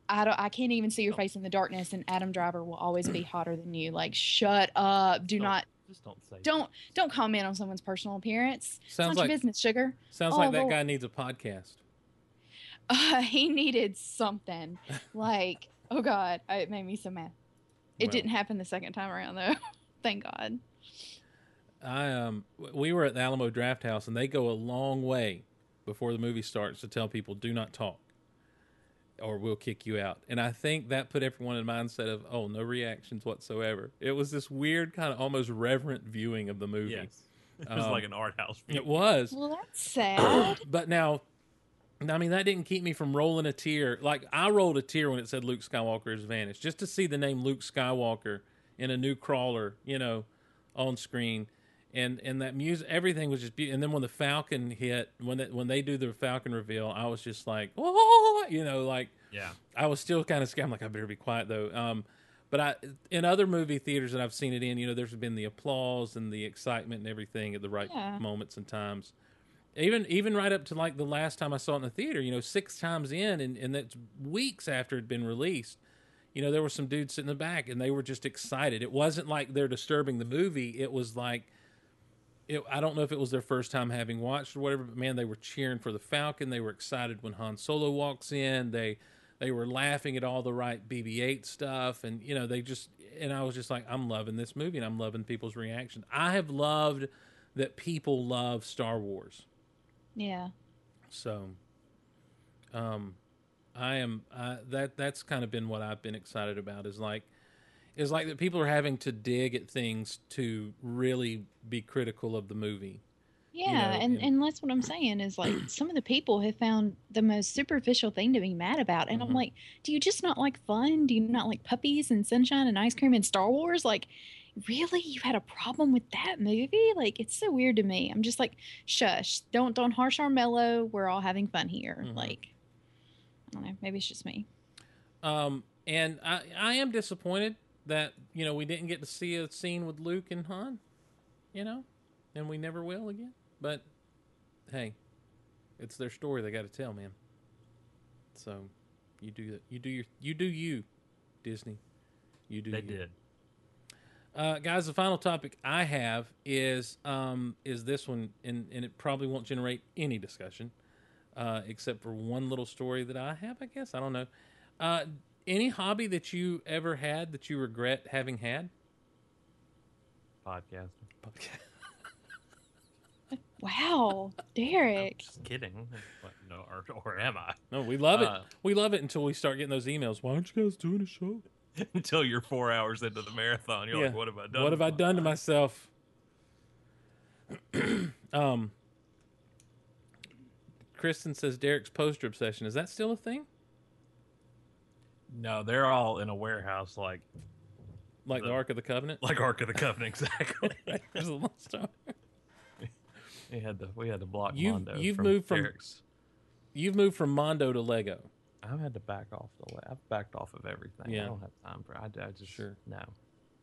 E: I, don't, I can't even see your
C: Oh.
E: face in the darkness, and Adam Driver will always be hotter than you. Like, shut up! Do
A: Oh.
C: Don't-
E: not,
C: just don't say.
E: don't, don't comment on someone's personal appearance.
A: Sounds
E: it's not
A: like
E: your business, sugar.
A: sounds
E: Oh,
A: like that
E: well-
A: guy needs a podcast.
E: uh, he needed something like oh god I- it made me so mad it
A: Well.
E: didn't happen the second time around though thank god
A: I um w- we were at the Alamo Draft House and they go a long way before the movie starts to tell people do not talk or we'll kick you out. And I think that put everyone in the mindset of oh no reactions whatsoever. It was this weird kind of almost reverent viewing of the movie.
C: Yes, it was
A: Um,
C: like an art house.
A: It
C: view.
A: was.
E: well that's sad
A: But now I mean that didn't keep me from rolling a tear. Like I rolled a tear when it said Luke Skywalker has vanished. Just to see the name Luke Skywalker in a new crawler, you know, on screen. And and that music everything was just beautiful. And then when the Falcon hit, when that when they do the Falcon reveal, I was just like, "Oh," you know, like
C: yeah,
A: I was still kind of scared. I'm like, I better be quiet though. Um, but I, in other movie theaters that I've seen it in, you know, there's been the applause and the excitement and everything at the right
E: Yeah.
A: moments and times. Even even right up to like the last time I saw it in the theater, you know, six times in, and, and that's weeks after it'd been released. You know, there were some dudes sitting in the back, and they were just excited. It wasn't like they're disturbing the movie. It was like it, I don't know if it was their first time having watched or whatever, but man, they were cheering for the Falcon. They were excited when Han Solo walks in. They they were laughing at all the right BB-8 stuff, and you know they just and I was just like, I'm loving this movie, and I'm loving people's reaction. I have loved that people love Star Wars,
E: yeah
A: so um, I am I, that that's kind of been what I've been excited about is like is like that people are having to dig at things to really be critical of the movie.
E: yeah
A: know,
E: and,
A: and-
E: and that's what i'm saying is like some of the people have found the most superficial thing to be mad about and
A: Mhm.
C: Mm-hmm.
E: i'm like do you just not like fun do you not like puppies and sunshine and ice cream and star wars like really you had a problem with that movie like it's so weird to me i'm just like shush don't don't harsh our mellow we're all having fun here
C: Mm-hmm.
A: Mhm.
E: like i don't know maybe it's just me
A: Um, and I, I am disappointed that you know we didn't get to see a scene with Luke and Han, you know, and we never will again. But hey, it's their story; they got to tell, man. So you do that. You do your. You do you, Disney. You do.
C: they
A: you.
C: did.
A: Uh, guys, the final topic I have is um, is this one, and, and it probably won't generate any discussion, uh, except for one little story that I have. I guess I don't know. Uh, any hobby that you ever had that you regret having had?
C: Podcast.
E: Wow, Derek.
C: Just kidding. But no, or, or am I?
A: No, we love it.
C: Uh,
A: We love it until we start getting those emails. Why aren't you guys doing a show?
C: Until you're four hours into the marathon, you're
A: Yeah.
C: like, "What have I done?
A: what have
C: with
A: I
C: my
A: done to
C: life?"
A: myself? um, Kristen says Derek's poster obsession. Is that still a thing?
C: No, they're all in a warehouse, like
A: Like the
C: The-
A: Ark of the Covenant?
C: like Ark of the Covenant, exactly.
A: There's a lot of stuff.
C: we had to we had to block
A: You've-
C: Mondo.
A: you've
C: from
A: moved from-
C: Derek's.
A: You've moved from Mondo to Lego.
C: I've had to back off the. I've backed off of everything.
A: Yeah.
C: I don't have time for. I, I just
A: Sure.
C: no,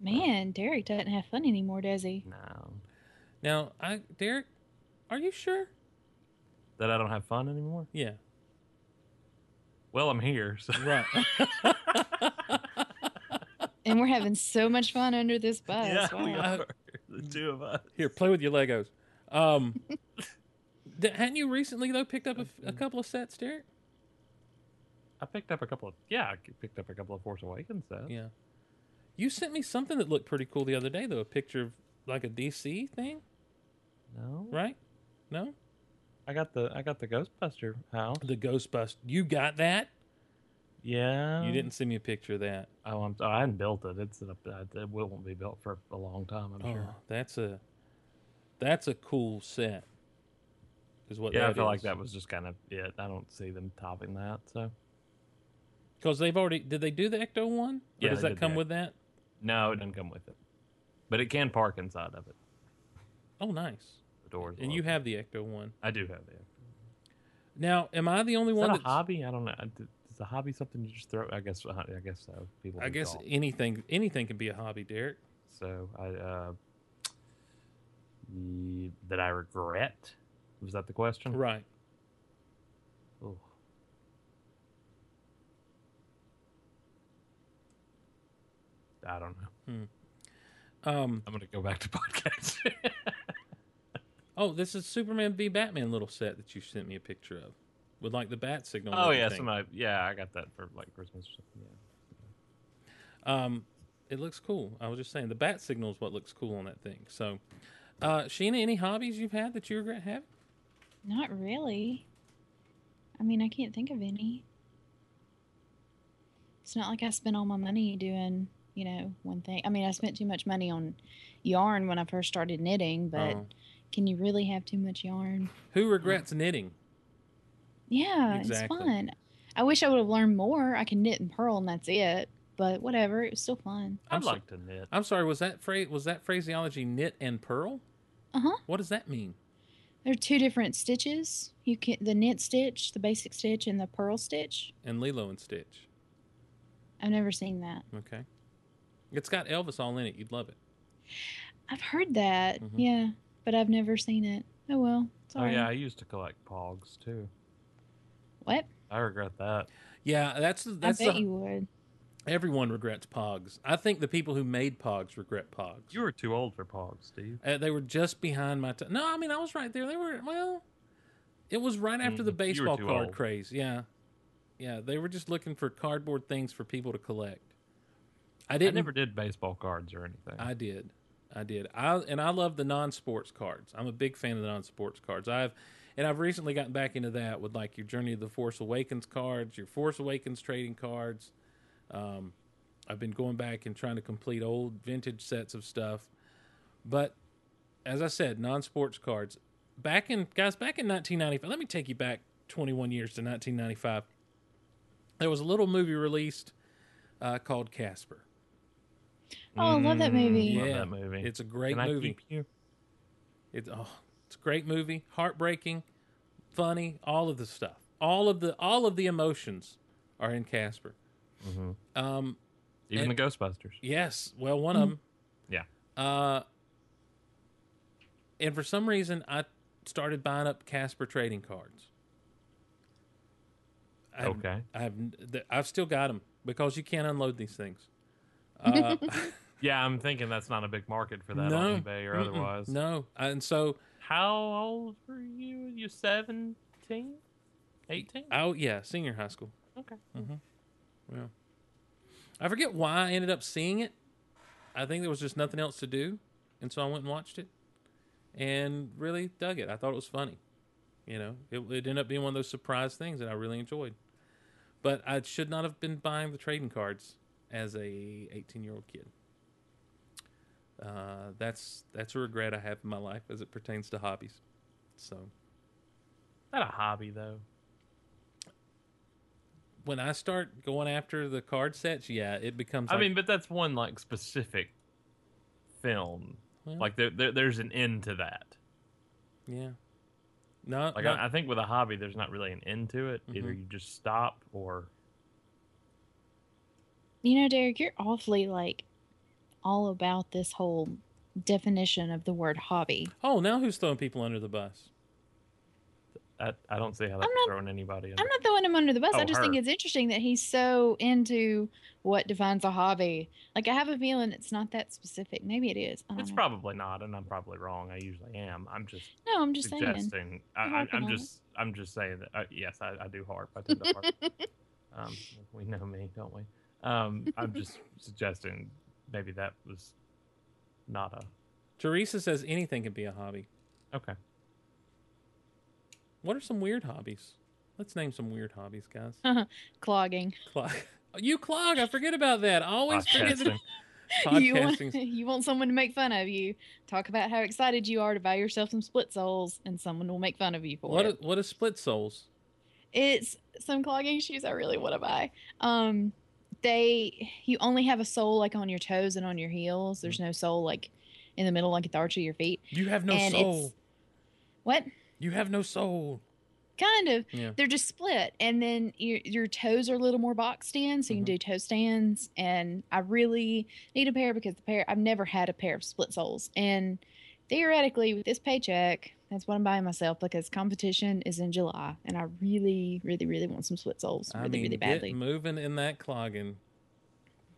E: Man, Derek doesn't have fun anymore, does he?
C: no.
A: Now, I Derek, are you sure?
C: That I don't have fun anymore.
A: Yeah.
C: Well, I'm here. So.
A: Right.
E: And we're having so much fun under this bus.
C: yeah, we
E: wow.
C: are the two of us.
A: Here, play with your Legos. Um, d- hadn't you recently though picked up a, f- a couple of sets, Derek?
C: I picked up a couple of yeah, I picked up a couple of Force Awakens sets.
A: Yeah. You sent me something that looked pretty cool the other day though, a picture of like a DC thing,
C: No,
A: right? No,
C: I got the I got the Ghostbuster house.
A: the Ghostbust. You got that?
C: Yeah,
A: you
C: Um,
A: didn't send me a picture of that.
C: Oh, I'm, oh, I hadn't built it. It's up. It won't be built for a long time. I'm
A: Oh,
C: sure.
A: that's a that's a cool set. Is what?
C: Yeah, I
A: that
C: feel like
A: is.
C: that was just kind of it. I don't see them topping that. So
A: Because they've already did they do the Ecto one? Or
C: Yeah,
A: does
C: they
A: that
C: did
A: come
C: the
A: with that?
C: no, it doesn't come with it, but it can park inside of it.
A: Oh, nice.
C: The doors.
A: And you have the Ecto one.
C: I do have that.
A: Now, am I the only
C: Is
A: one
C: that a
A: that's-
C: hobby? I don't know. I- d- Is a hobby something you just throw? I guess. uh, I guess so. People.
A: I
C: do
A: guess
C: golf.
A: anything anything can be a hobby, Derek.
C: So I uh, y- that I regret was that the question?
A: Right.
C: Ooh. I don't know.
A: Um.
C: I'm gonna go back to podcast.
A: Oh, this is Superman v Batman little set that you sent me a picture of, with like the bat signal. and
C: oh yeah,
A: everything.
C: somebody, yeah, I got that for like Christmas. Or something. Yeah.
A: Um, it looks cool. I was just saying the bat signal is what looks cool on that thing. So, uh, Sheena, any hobbies you've had that you regret having?
E: Not really. I mean, I can't think of any. It's not like I spent all my money doing, you know, one thing. I mean, I spent too much money on yarn when I first started knitting, but
A: Oh.
E: can you really have too much yarn?
A: Who regrets knitting?
E: Yeah,
A: Exactly.
E: it's fun. I wish I would have learned more. I can knit and purl, and that's it. But whatever, it was still fun.
A: I'm
C: I'd
A: so-
C: like to knit.
A: I'm sorry. Was that phrase was that phraseology knit and purl?
E: Uh-huh.
A: What does that mean?
E: There are two different stitches. You can the knit stitch, the basic stitch, and the purl stitch.
A: And Lilo and Stitch.
E: I've never seen that.
A: Okay. It's got Elvis all in it. You'd love it.
E: I've heard that,
A: Mhm.
E: yeah, but I've never seen it. Oh well,
C: Mm-hmm. Oh
E: sorry.
C: yeah, I used to collect pogs too.
E: What?
C: I regret that.
A: Yeah, that's that's
E: I bet
A: the-
E: you would.
A: everyone regrets Pogs. I think the people who made Pogs regret Pogs.
C: You were too old for pogs, Steve.
A: Uh, they were just behind my time. No, I mean I was right there. They were well. It was right after the
C: Mm, you were
A: baseball
C: too
A: card
C: old.
A: craze. Yeah, yeah. They were just looking for cardboard things for people to collect. I
C: I
A: didn't.
C: never did baseball cards or anything.
A: I did. I did. I and I love the non-sports cards. I'm a big fan of the non-sports cards. I've and I've recently gotten back into that with like your Journey of the Force Awakens cards, your Force Awakens trading cards. Um, I've been going back and trying to complete old vintage sets of stuff. But as I said, non-sports cards. Back in guys, back in 1995. Let me take you back 21 years to 1995. There was a little movie released uh, called Casper.
E: Oh, I love that movie.
C: Love
A: Yeah.
C: that movie.
A: It's a great
C: Can I
A: movie. Eh.
C: keep you?
A: It's oh, it's a great movie, heartbreaking, funny, all of the stuff, all of the all of the emotions are in Casper.
C: Mm-hmm.
A: Um,
C: Even
A: And-
C: the Ghostbusters.
A: yes, well, one of them.
C: Mm-hmm. Yeah.
A: Uh, and for some reason, I started buying up Casper trading cards. I have-
C: Okay.
A: I have th- I've still got them because you can't unload these things. Uh,
C: Yeah, I'm thinking that's not a big market for that
A: No.
C: on eBay or
A: Mm-mm.
C: otherwise.
A: no, and so
C: How old were you? You 17? 18?
A: Oh yeah, senior high school.
C: Okay.
A: hmm Yeah. I forget why I ended up seeing it. I think there was just nothing else to do, and so I went and watched it, and really dug it. I thought it was funny. You know, it, it ended up being one of those surprise things that I really enjoyed. But I should not have been buying the trading cards as a 18 year old kid. Uh, that's that's a regret I have in my life as it pertains to hobbies. So
C: Not a hobby though.
A: When I start going after the card sets, yeah, it becomes.
C: I
A: like-
C: mean, but that's one like specific film.
A: Well.
C: Like there, there, there's an end to that.
A: yeah, not
C: Like
A: not-
C: I, I think with a hobby, there's not really an end to it. Either
A: Mhm.
C: you just stop or
E: You know, Derek, you're awfully like all about this whole definition of the word hobby.
A: Oh, now who's throwing people under the bus?
C: I, I don't see how that's
E: not-
C: throwing anybody.
E: I'm not throwing him under the bus.
C: Oh,
E: I just think
C: her.
E: it's interesting that he's so into what defines a hobby. Like I have a feeling it's not that specific. Maybe it is. I don't
C: It's
E: know.
C: probably not, and I'm probably wrong. I usually am. I'm just
E: no. I'm just saying.
C: suggesting. I,
E: You're
C: I,
E: harping
C: I'm
E: on it.
C: just. I'm just saying that. Uh, yes, I, I do harp. I tend to harp. um, we know me, don't we? Um, I'm just suggesting maybe that was not a
A: Teresa says anything can be a hobby.
C: okay.
A: What are some weird hobbies? Let's name some weird hobbies, guys.
E: Clogging.
A: Clog. You clog. I forget about that. I always forget that.
C: Podcasting.
E: You want,
A: Podcasting.
E: you want someone to make fun of you. Talk about how excited you are to buy yourself some split soles, and someone will make fun of you for
A: What?
E: it.
A: A, what is split souls?
E: it's some clogging shoes I really want to buy. Um, they you only have a sole like on your toes and on your heels. There's
A: Mm.
E: no sole like in the middle like at the arch of your feet.
A: You have no
E: And it's-
A: soul.
E: What
A: You have no soul.
E: kind of?
A: Yeah.
E: They're just split, and then your your toes are a little more boxed in, so you
A: Mhm.
E: can do toe stands. And I really need a pair because the pair I've never had a pair of split soles, and theoretically with this paycheck. That's what I'm buying myself because competition is in July, and I really, really, really want some split soles
A: I
E: really,
A: mean,
E: really
A: get
E: badly.
A: moving in that clogging.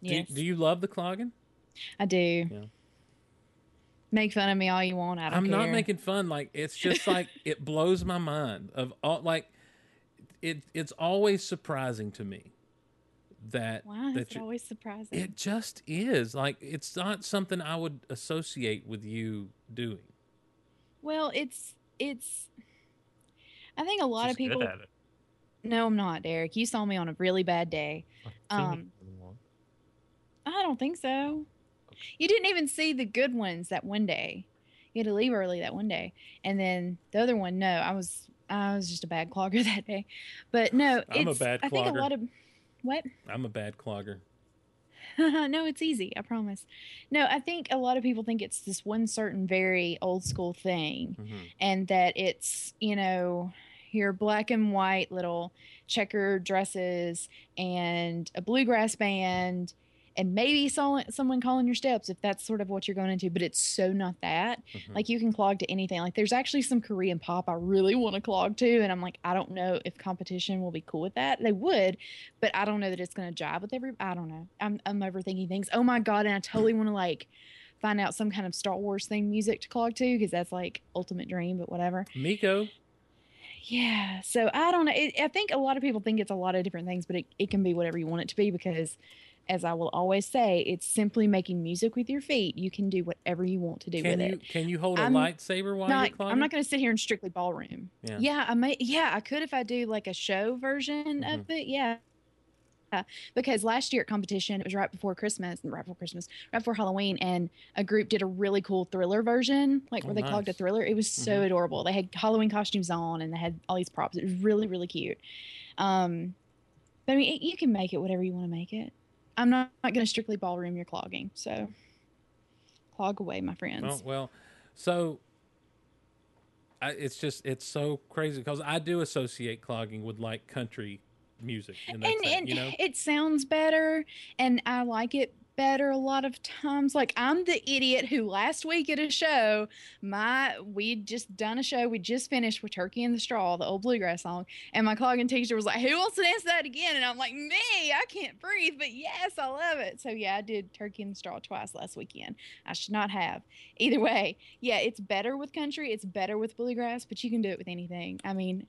A: Do,
E: Yes.
A: do you love the clogging?
E: I do.
A: Yeah.
E: Make fun of me all you want. I don't
A: I'm not
E: care.
A: making fun. Like it's just like it blows my mind. Of all, like it, it's always surprising to me that
E: Why is
A: that
E: it
A: you-
E: always surprising?
A: It just is. Like it's not something I would associate with you doing.
E: well, it's it's. I think a lot of
C: She's good
E: people.
C: at it.
E: No, I'm not, Derek. You saw me on a really bad day.
C: I've seen you
E: um,
C: more than once.
E: I don't think so. You didn't even see the good ones that one day. You had to leave early that one day, and then the other one. No, I was I was just a bad clogger that day. But no, it's,
A: I'm a bad
E: I think a
A: clogger.
E: lot of what.
A: I'm a bad clogger.
E: no, it's easy. I promise. No, I think a lot of people think it's this one certain very old school thing,
A: Mhm.
E: and that it's, you know, your black and white little checker dresses and a bluegrass band, and maybe someone, someone calling your steps if that's sort of what you're going into. But it's so not that.
A: Mhm.
E: Like, you can clog to anything. Like, there's actually some Korean pop I really want to clog to, and I'm like, I don't know if competition will be cool with that. They would, but I don't know that it's going to jive with every. I don't know. I'm I'm overthinking things. Oh my god! And I totally want to like find out some kind of Star Wars theme music to clog to because that's like ultimate dream. But whatever.
A: Miko,
E: Yeah. So I don't know. It, I think a lot of people think it's a lot of different things, but it, it can be whatever you want it to be because. As I will always say, it's simply making music with your feet. You can do whatever you want to do
A: can
E: with
A: you
E: it.
A: can you hold a
E: I'm
A: lightsaber while
E: Not-
A: you're clogging?
E: I'm not going to sit here and strictly ballroom.
A: Yeah.
E: Yeah. I may. Yeah, I could if I do like a show version
A: Mm-hmm.
E: of it. Yeah. Yeah. Because last year at competition, it was right before Christmas, right before Christmas, right before Halloween, and a group did a really cool thriller version, like where
A: Oh,
E: they clogged a
A: nice.
E: thriller. It was so
A: Mhm.
E: adorable. They had Halloween costumes on and they had all these props. It was really, really cute. Um, but I mean, it, you can make it whatever you want to make it. I'm not, not going to strictly ballroom your clogging. So clog away, my friends.
A: Oh, well, so I, it's just it's so crazy because I do associate clogging with like country music, and that's
E: and,
A: it,
E: and
A: you know.
E: it sounds better and i like it better a lot of times like i'm the idiot who last week at a show my we'd just done a show we just finished with turkey in the straw the old bluegrass song and my clogging teacher was like who wants to dance that again and i'm like me i can't breathe but yes i love it so yeah i did turkey in the straw twice last weekend i should not have either way yeah it's better with country it's better with bluegrass but you can do it with anything i mean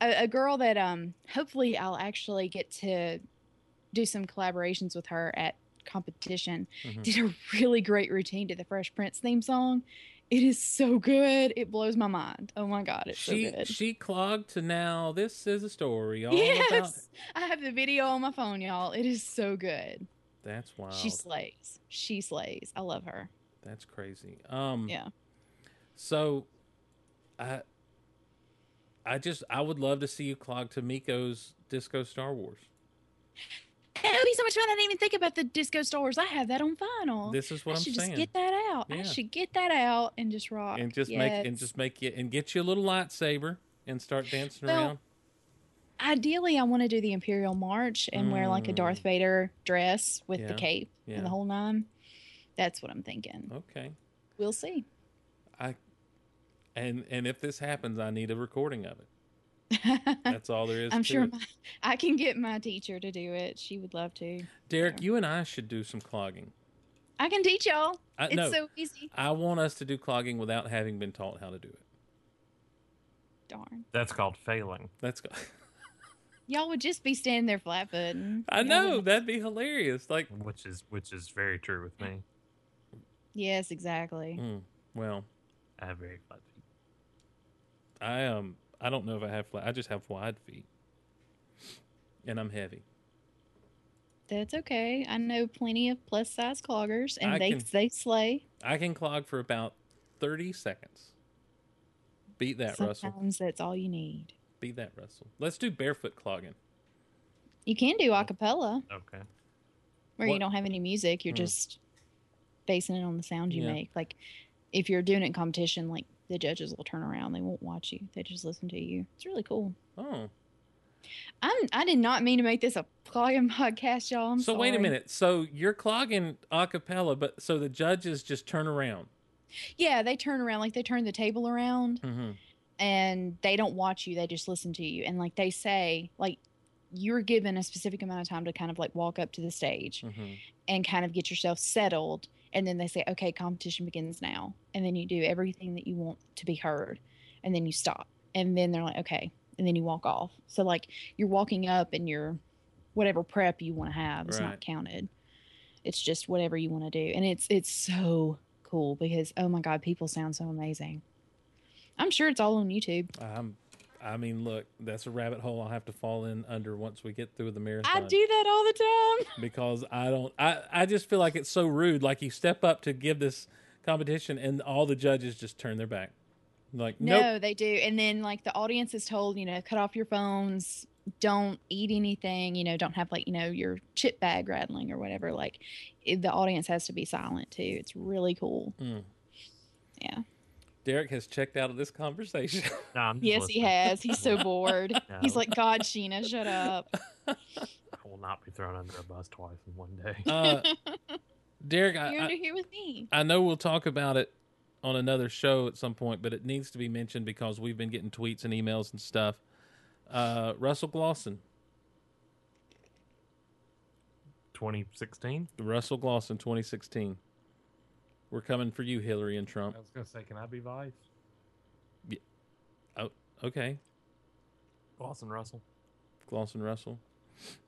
E: a, a girl that um hopefully I'll actually get to do some collaborations with her at competition
A: Mhm.
E: did a really great routine to the Fresh Prince theme song. It is so good. It blows my mind. Oh my god, it's
A: she
E: so good.
A: she clogged to now. This is a story. All about
E: yes. I have the video on my phone, y'all. It is so good.
A: that's wild.
E: She slays. She slays. I love her.
A: That's crazy. Um,
E: Yeah.
A: So, I I just I would love to see you clog to Miko's Disco Star Wars.
E: That would be so much fun. I didn't even think about the disco stores. I have that on vinyl.
A: This is what
E: I
A: am
E: should
A: saying.
E: just get that out.
A: Yeah.
E: I should get that out and just rock.
A: and just make and
E: Yes.
A: just make you and get you a little lightsaber and start dancing
E: Well,
A: around.
E: Ideally, I want to do the Imperial March and wear like a Darth
A: Mm.
E: Vader dress with
A: Yeah.
E: the cape
A: Yeah.
E: and the whole nine. That's what I'm thinking.
A: okay.
E: We'll see.
A: And and if this happens, I need a recording of it. That's all there is.
E: I'm
A: to
E: sure
A: it.
E: my, I can get my teacher to do it. She would love to.
A: Derek, you and I should do some clogging.
E: I can teach y'all.
A: I,
E: it's
A: no,
E: so easy.
A: I want us to do clogging without having been taught how to do it.
E: Darn.
C: That's called failing.
A: Let's go.
E: Y'all would just be standing there flat footed.
A: I know that'd be hilarious. Like,
C: which is which is very true with me.
E: Yes, exactly.
A: mm, well,
C: I have very flat feet.
A: I um I don't know if I have flat. I just have wide feet, and I'm heavy.
E: That's okay. I know plenty of plus size cloggers, and
A: I
E: they
A: can-
E: they slay.
A: I can clog for about thirty seconds. Beat that, Russell.
E: Sometimes that's all you need.
A: Beat that, Russell. Let's do barefoot clogging.
E: You can do a cappella
C: Okay.
E: where
A: What-
E: you don't have any music. You're
A: Mm.
E: just basing it on the sound you
A: Yeah.
E: make. Like if you're doing it in competition, like the judges will turn around. They won't watch you. They just listen to you. It's really cool.
A: Oh,
E: I'm I did not mean to make this a clogging podcast, y'all. I'm
A: so wait a
E: sorry.
A: minute. So you're clogging a cappella, but so the judges just turn around.
E: Yeah, they turn around, like they turn the table around
A: Mm-hmm.
E: and they don't watch you, they just listen to you. And like they say, like you're given a specific amount of time to kind of like walk up to the stage
A: Mm-hmm.
E: and kind of get yourself settled. And then they say, okay, competition begins now. And then you do everything that you want to be heard. And then you stop. And then they're like, okay. And then you walk off. So, like, you're walking up and your whatever prep you want to have is
A: Right.
E: not counted. It's just whatever you want to do. And it's, it's so cool because, oh my God, people sound so amazing. I'm sure it's all on YouTube.
A: I'm, I mean, look, that's a rabbit hole I'll have to fall in under once we get through the
E: I
A: marathon.
E: do that all the time.
A: because I don't. I I just feel like it's so rude. Like you step up to give this competition, and all the judges just turn their back. Like
E: No,
A: nope.
E: they do. And then like the audience is told, you know, cut off your phones, don't eat anything, you know, don't have like, you know, your chip bag rattling or whatever. Like it, the audience has to be silent too. It's really cool.
A: Mm.
E: Yeah.
A: Derek has checked out of this conversation. Mm-hmm.
C: No, I'm just
E: Yes, he
C: listening.
E: has. He's so bored. He's
C: No,
E: like, God, Sheena, shut up.
C: I will not be thrown under a bus twice in one day.
A: uh, Derek, I,
E: You're
A: I-
E: under here with me.
A: I know we'll talk about it on another show at some point, but it needs to be mentioned because we've been getting tweets and emails and stuff. Uh, Russell Glosson,
C: 2016.
A: Russell Glosson, 2016. We're coming for you, Hillary and Trump.
C: was gonna say, can I be vice?
A: Oh, Okay,
C: Lawson Russell.
A: Glosson Russell.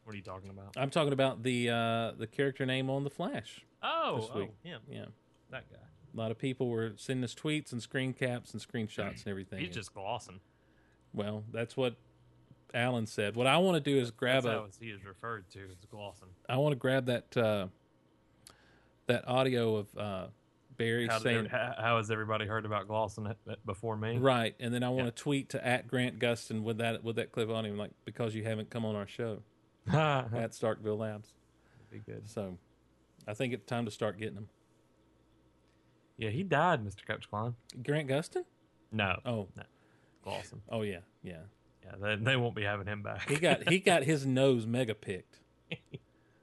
C: What are you talking about?
A: I'm talking about the uh, the character name on the Flash.
C: Oh,
A: This week.
C: oh, him,
A: Yeah,
C: that guy.
A: a lot of people were sending us tweets and screen caps and screenshots and everything.
C: He's just glossing.
A: well, that's what Alan said. What I want to do is grab
C: That's
A: a
C: how he is referred to as glossing.
A: I want to grab that uh, that audio of uh, Barry
C: How, did
A: saying
C: every- how, how has everybody heard about glossing before me?
A: right, and then I want to tweet to at Grant Gustin with that with that clip on him, like because you haven't come on our show
C: That'd
A: at Starkville Labs.
C: be good.
A: So I think it's time to start getting them.
C: Yeah, he died, Mr. Coach Klein.
A: Grant Gustin?
C: No,
A: Oh,
C: Glosson.
A: oh yeah, yeah.
C: Yeah, they, they won't be having him back.
A: He got he got his nose mega picked.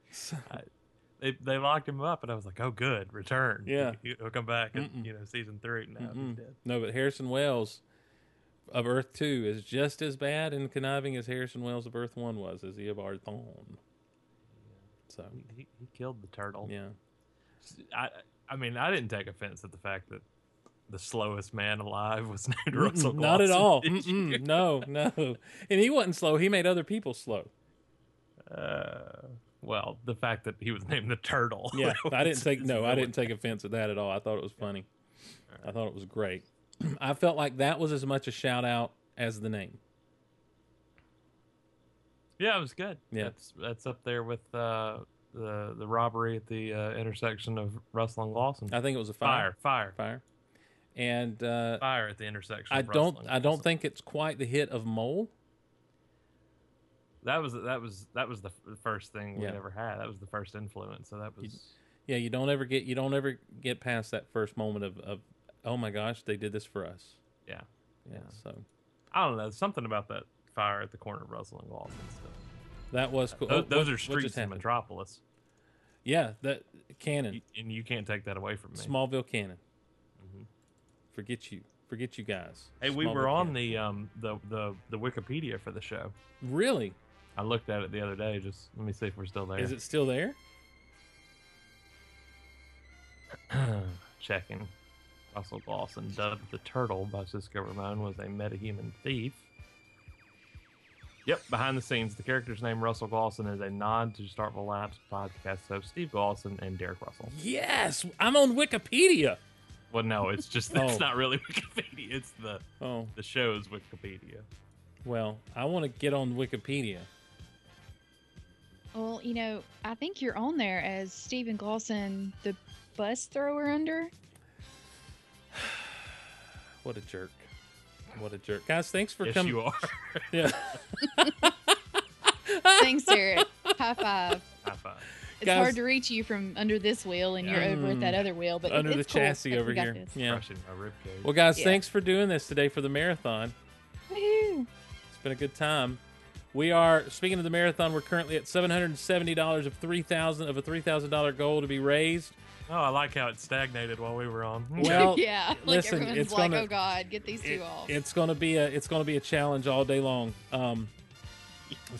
A: So-
C: they, they locked him up, and I was like, "Oh, good, return.
A: Yeah.
C: he, will come back in
A: Mm-mm.
C: you know season three. No,
A: Mm-mm.
C: he's dead.
A: Mm. no, but Harrison Wells of Earth Two is just as bad and conniving as Harrison Wells of Earth One was as Eobardon. So
C: He, he, he killed the turtle.
A: yeah.
C: I I mean, I didn't take offense at the fact that the slowest man alive was named Russell.
A: Mm-mm, Not at
C: Glosson,
A: all.
C: did you?
A: Mm-mm, no, no. And he wasn't slow. He made other people slow.
C: Uh, well, the fact that he was named the turtle.
A: Yeah, I didn't
C: was-
A: take
C: is
A: no, I
C: really-
A: didn't take offense at that at all. I thought it was funny. I thought it was great. I felt like that was as much a shout out as the name.
C: Yeah, it was good.
A: Yeah.
C: that's, that's up there with uh, the the robbery at the uh, intersection of Russell and Glosson.
A: I think it was a fire.
C: fire, fire.
A: Fire. and uh,
C: Fire at the intersection.
A: I
C: of
A: don't
C: wrestling.
A: I don't think it's quite the hit of Mole.
C: that was that was that was the f- first thing
A: Yeah.
C: we ever had. That was the first influence. So that was
A: Yeah, you don't ever get you don't ever get past that first moment of, of oh my gosh, they did this for us.
C: Yeah.
A: yeah.
C: Yeah.
A: So
C: I don't know something about that fire at the corner of Russell and Walls and stuff.
A: that was cool.
C: Those,
A: Oh,
C: those
A: what- what
C: are
A: just
C: streets in
A: happened?
C: Metropolis,
A: Yeah, that Cannon,
C: You- and you can't take that away from me.
A: Smallville Cannon.
C: Mhm.
A: Forget you, forget you guys.
C: Hey, we
A: Smallville
C: were on
A: Cannon.
C: the um the, the the Wikipedia for the show.
A: really.
C: I looked at it the other day. Just let me see if we're still there.
A: Is it still there?
C: Checking. Russell Dawson, dubbed the Turtle by Cisco Ramon, was a metahuman thief. Yep, behind the scenes, the character's name Russell Glosson is a nod to Startville Labs podcast host Steve Glosson and Derek Russell.
A: Yes, I'm on Wikipedia.
C: Well, no, it's just it's
A: Oh.
C: not really Wikipedia. It's the
A: Oh
C: the show's Wikipedia.
A: well, I want to get on Wikipedia.
E: Well, you know, I think you're on there as Stephen Glosson, the bus thrower under.
A: What a jerk! What a jerk, guys! Thanks for
C: yes,
A: coming.
C: you are.
A: Yeah,
E: Thanks, Derek. High five.
C: High five.
E: It's
A: Guys-
E: hard to reach you from under this wheel, and you're over at that
A: Mm.
E: other wheel. But it-
A: under the
E: it's cool.
A: chassis
E: Like, we
A: over
E: got
A: here.
E: this.
A: Yeah.
C: Crushing my ribcage.
A: Well, guys,
E: Yeah.
A: thanks for doing this today for the marathon.
E: Woohoo.
A: It's been a good time. We are speaking of the marathon. We're currently at seven hundred and seventy dollars of three thousand of a three thousand dollar goal to be raised.
C: oh, I like how it stagnated while we were on.
A: Well,
E: yeah. Like
A: listen,
E: everyone's
A: it's
E: like,
A: gonna-
E: oh God, get these two
A: It-
E: off.
A: it's gonna be a it's gonna be a challenge all day long. Um,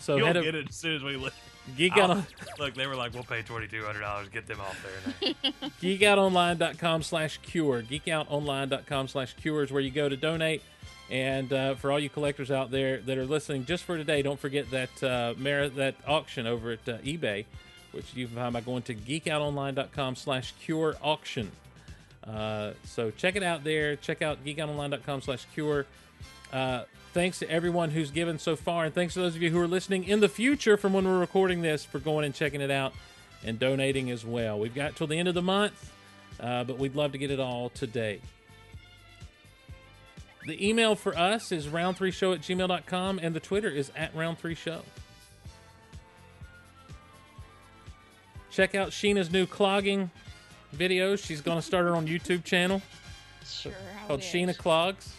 A: so
C: you'll
A: head up,
C: get it as soon as we leave.
A: geek out on
C: Look, they were like, "We'll pay twenty two hundred dollars, get them off there." Now.
A: geekoutonline.com slash cure geekoutonline.com slash cure is where you go to donate and uh, for all you collectors out there that are listening just for today don't forget that uh, mar- that auction over at uh, ebay which you can find by going to geekoutonline.com slash cure auction uh, so check it out there check out geekoutonline.com slash cure uh, thanks to everyone who's given so far, and thanks to those of you who are listening in the future from when we're recording this for going and checking it out and donating as well. We've got till the end of the month, uh, but we'd love to get it all today. The email for us is round3show at gmail.com, and the Twitter is at round3show. Check out Sheena's new clogging video. She's going to start her own YouTube channel
E: sure. I
A: called
E: wish.
A: Sheena Clogs,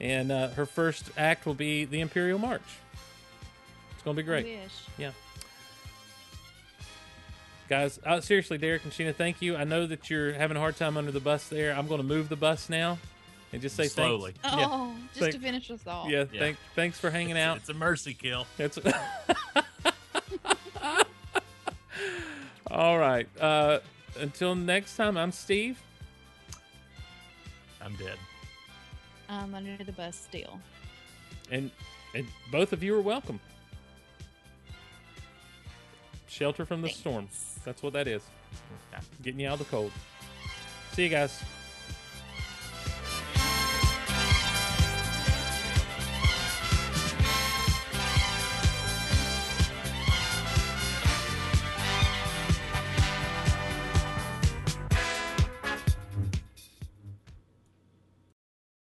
A: and uh, her first act will be the Imperial March. It's gonna be
E: I
A: great,
E: wish.
A: guys. Uh, seriously, Derek and Sheena, thank you. I know that you're having a hard time under the bus there. I'm gonna move the bus now, and just say thanks.
C: Slowly.
A: Yeah.
E: Oh, just
A: Thank-
E: to finish us off.
A: Yeah,
C: Yeah.
A: Thank, thanks for hanging out.
C: It's a mercy kill.
A: It's all right. Uh, until next time, I'm Steve.
C: I'm dead.
E: Um, under the bus still.
A: and and both of you are welcome. Shelter from the storm.
E: Thanks.
A: That's what that is.
C: Okay.
A: Getting you out of the cold. See you guys.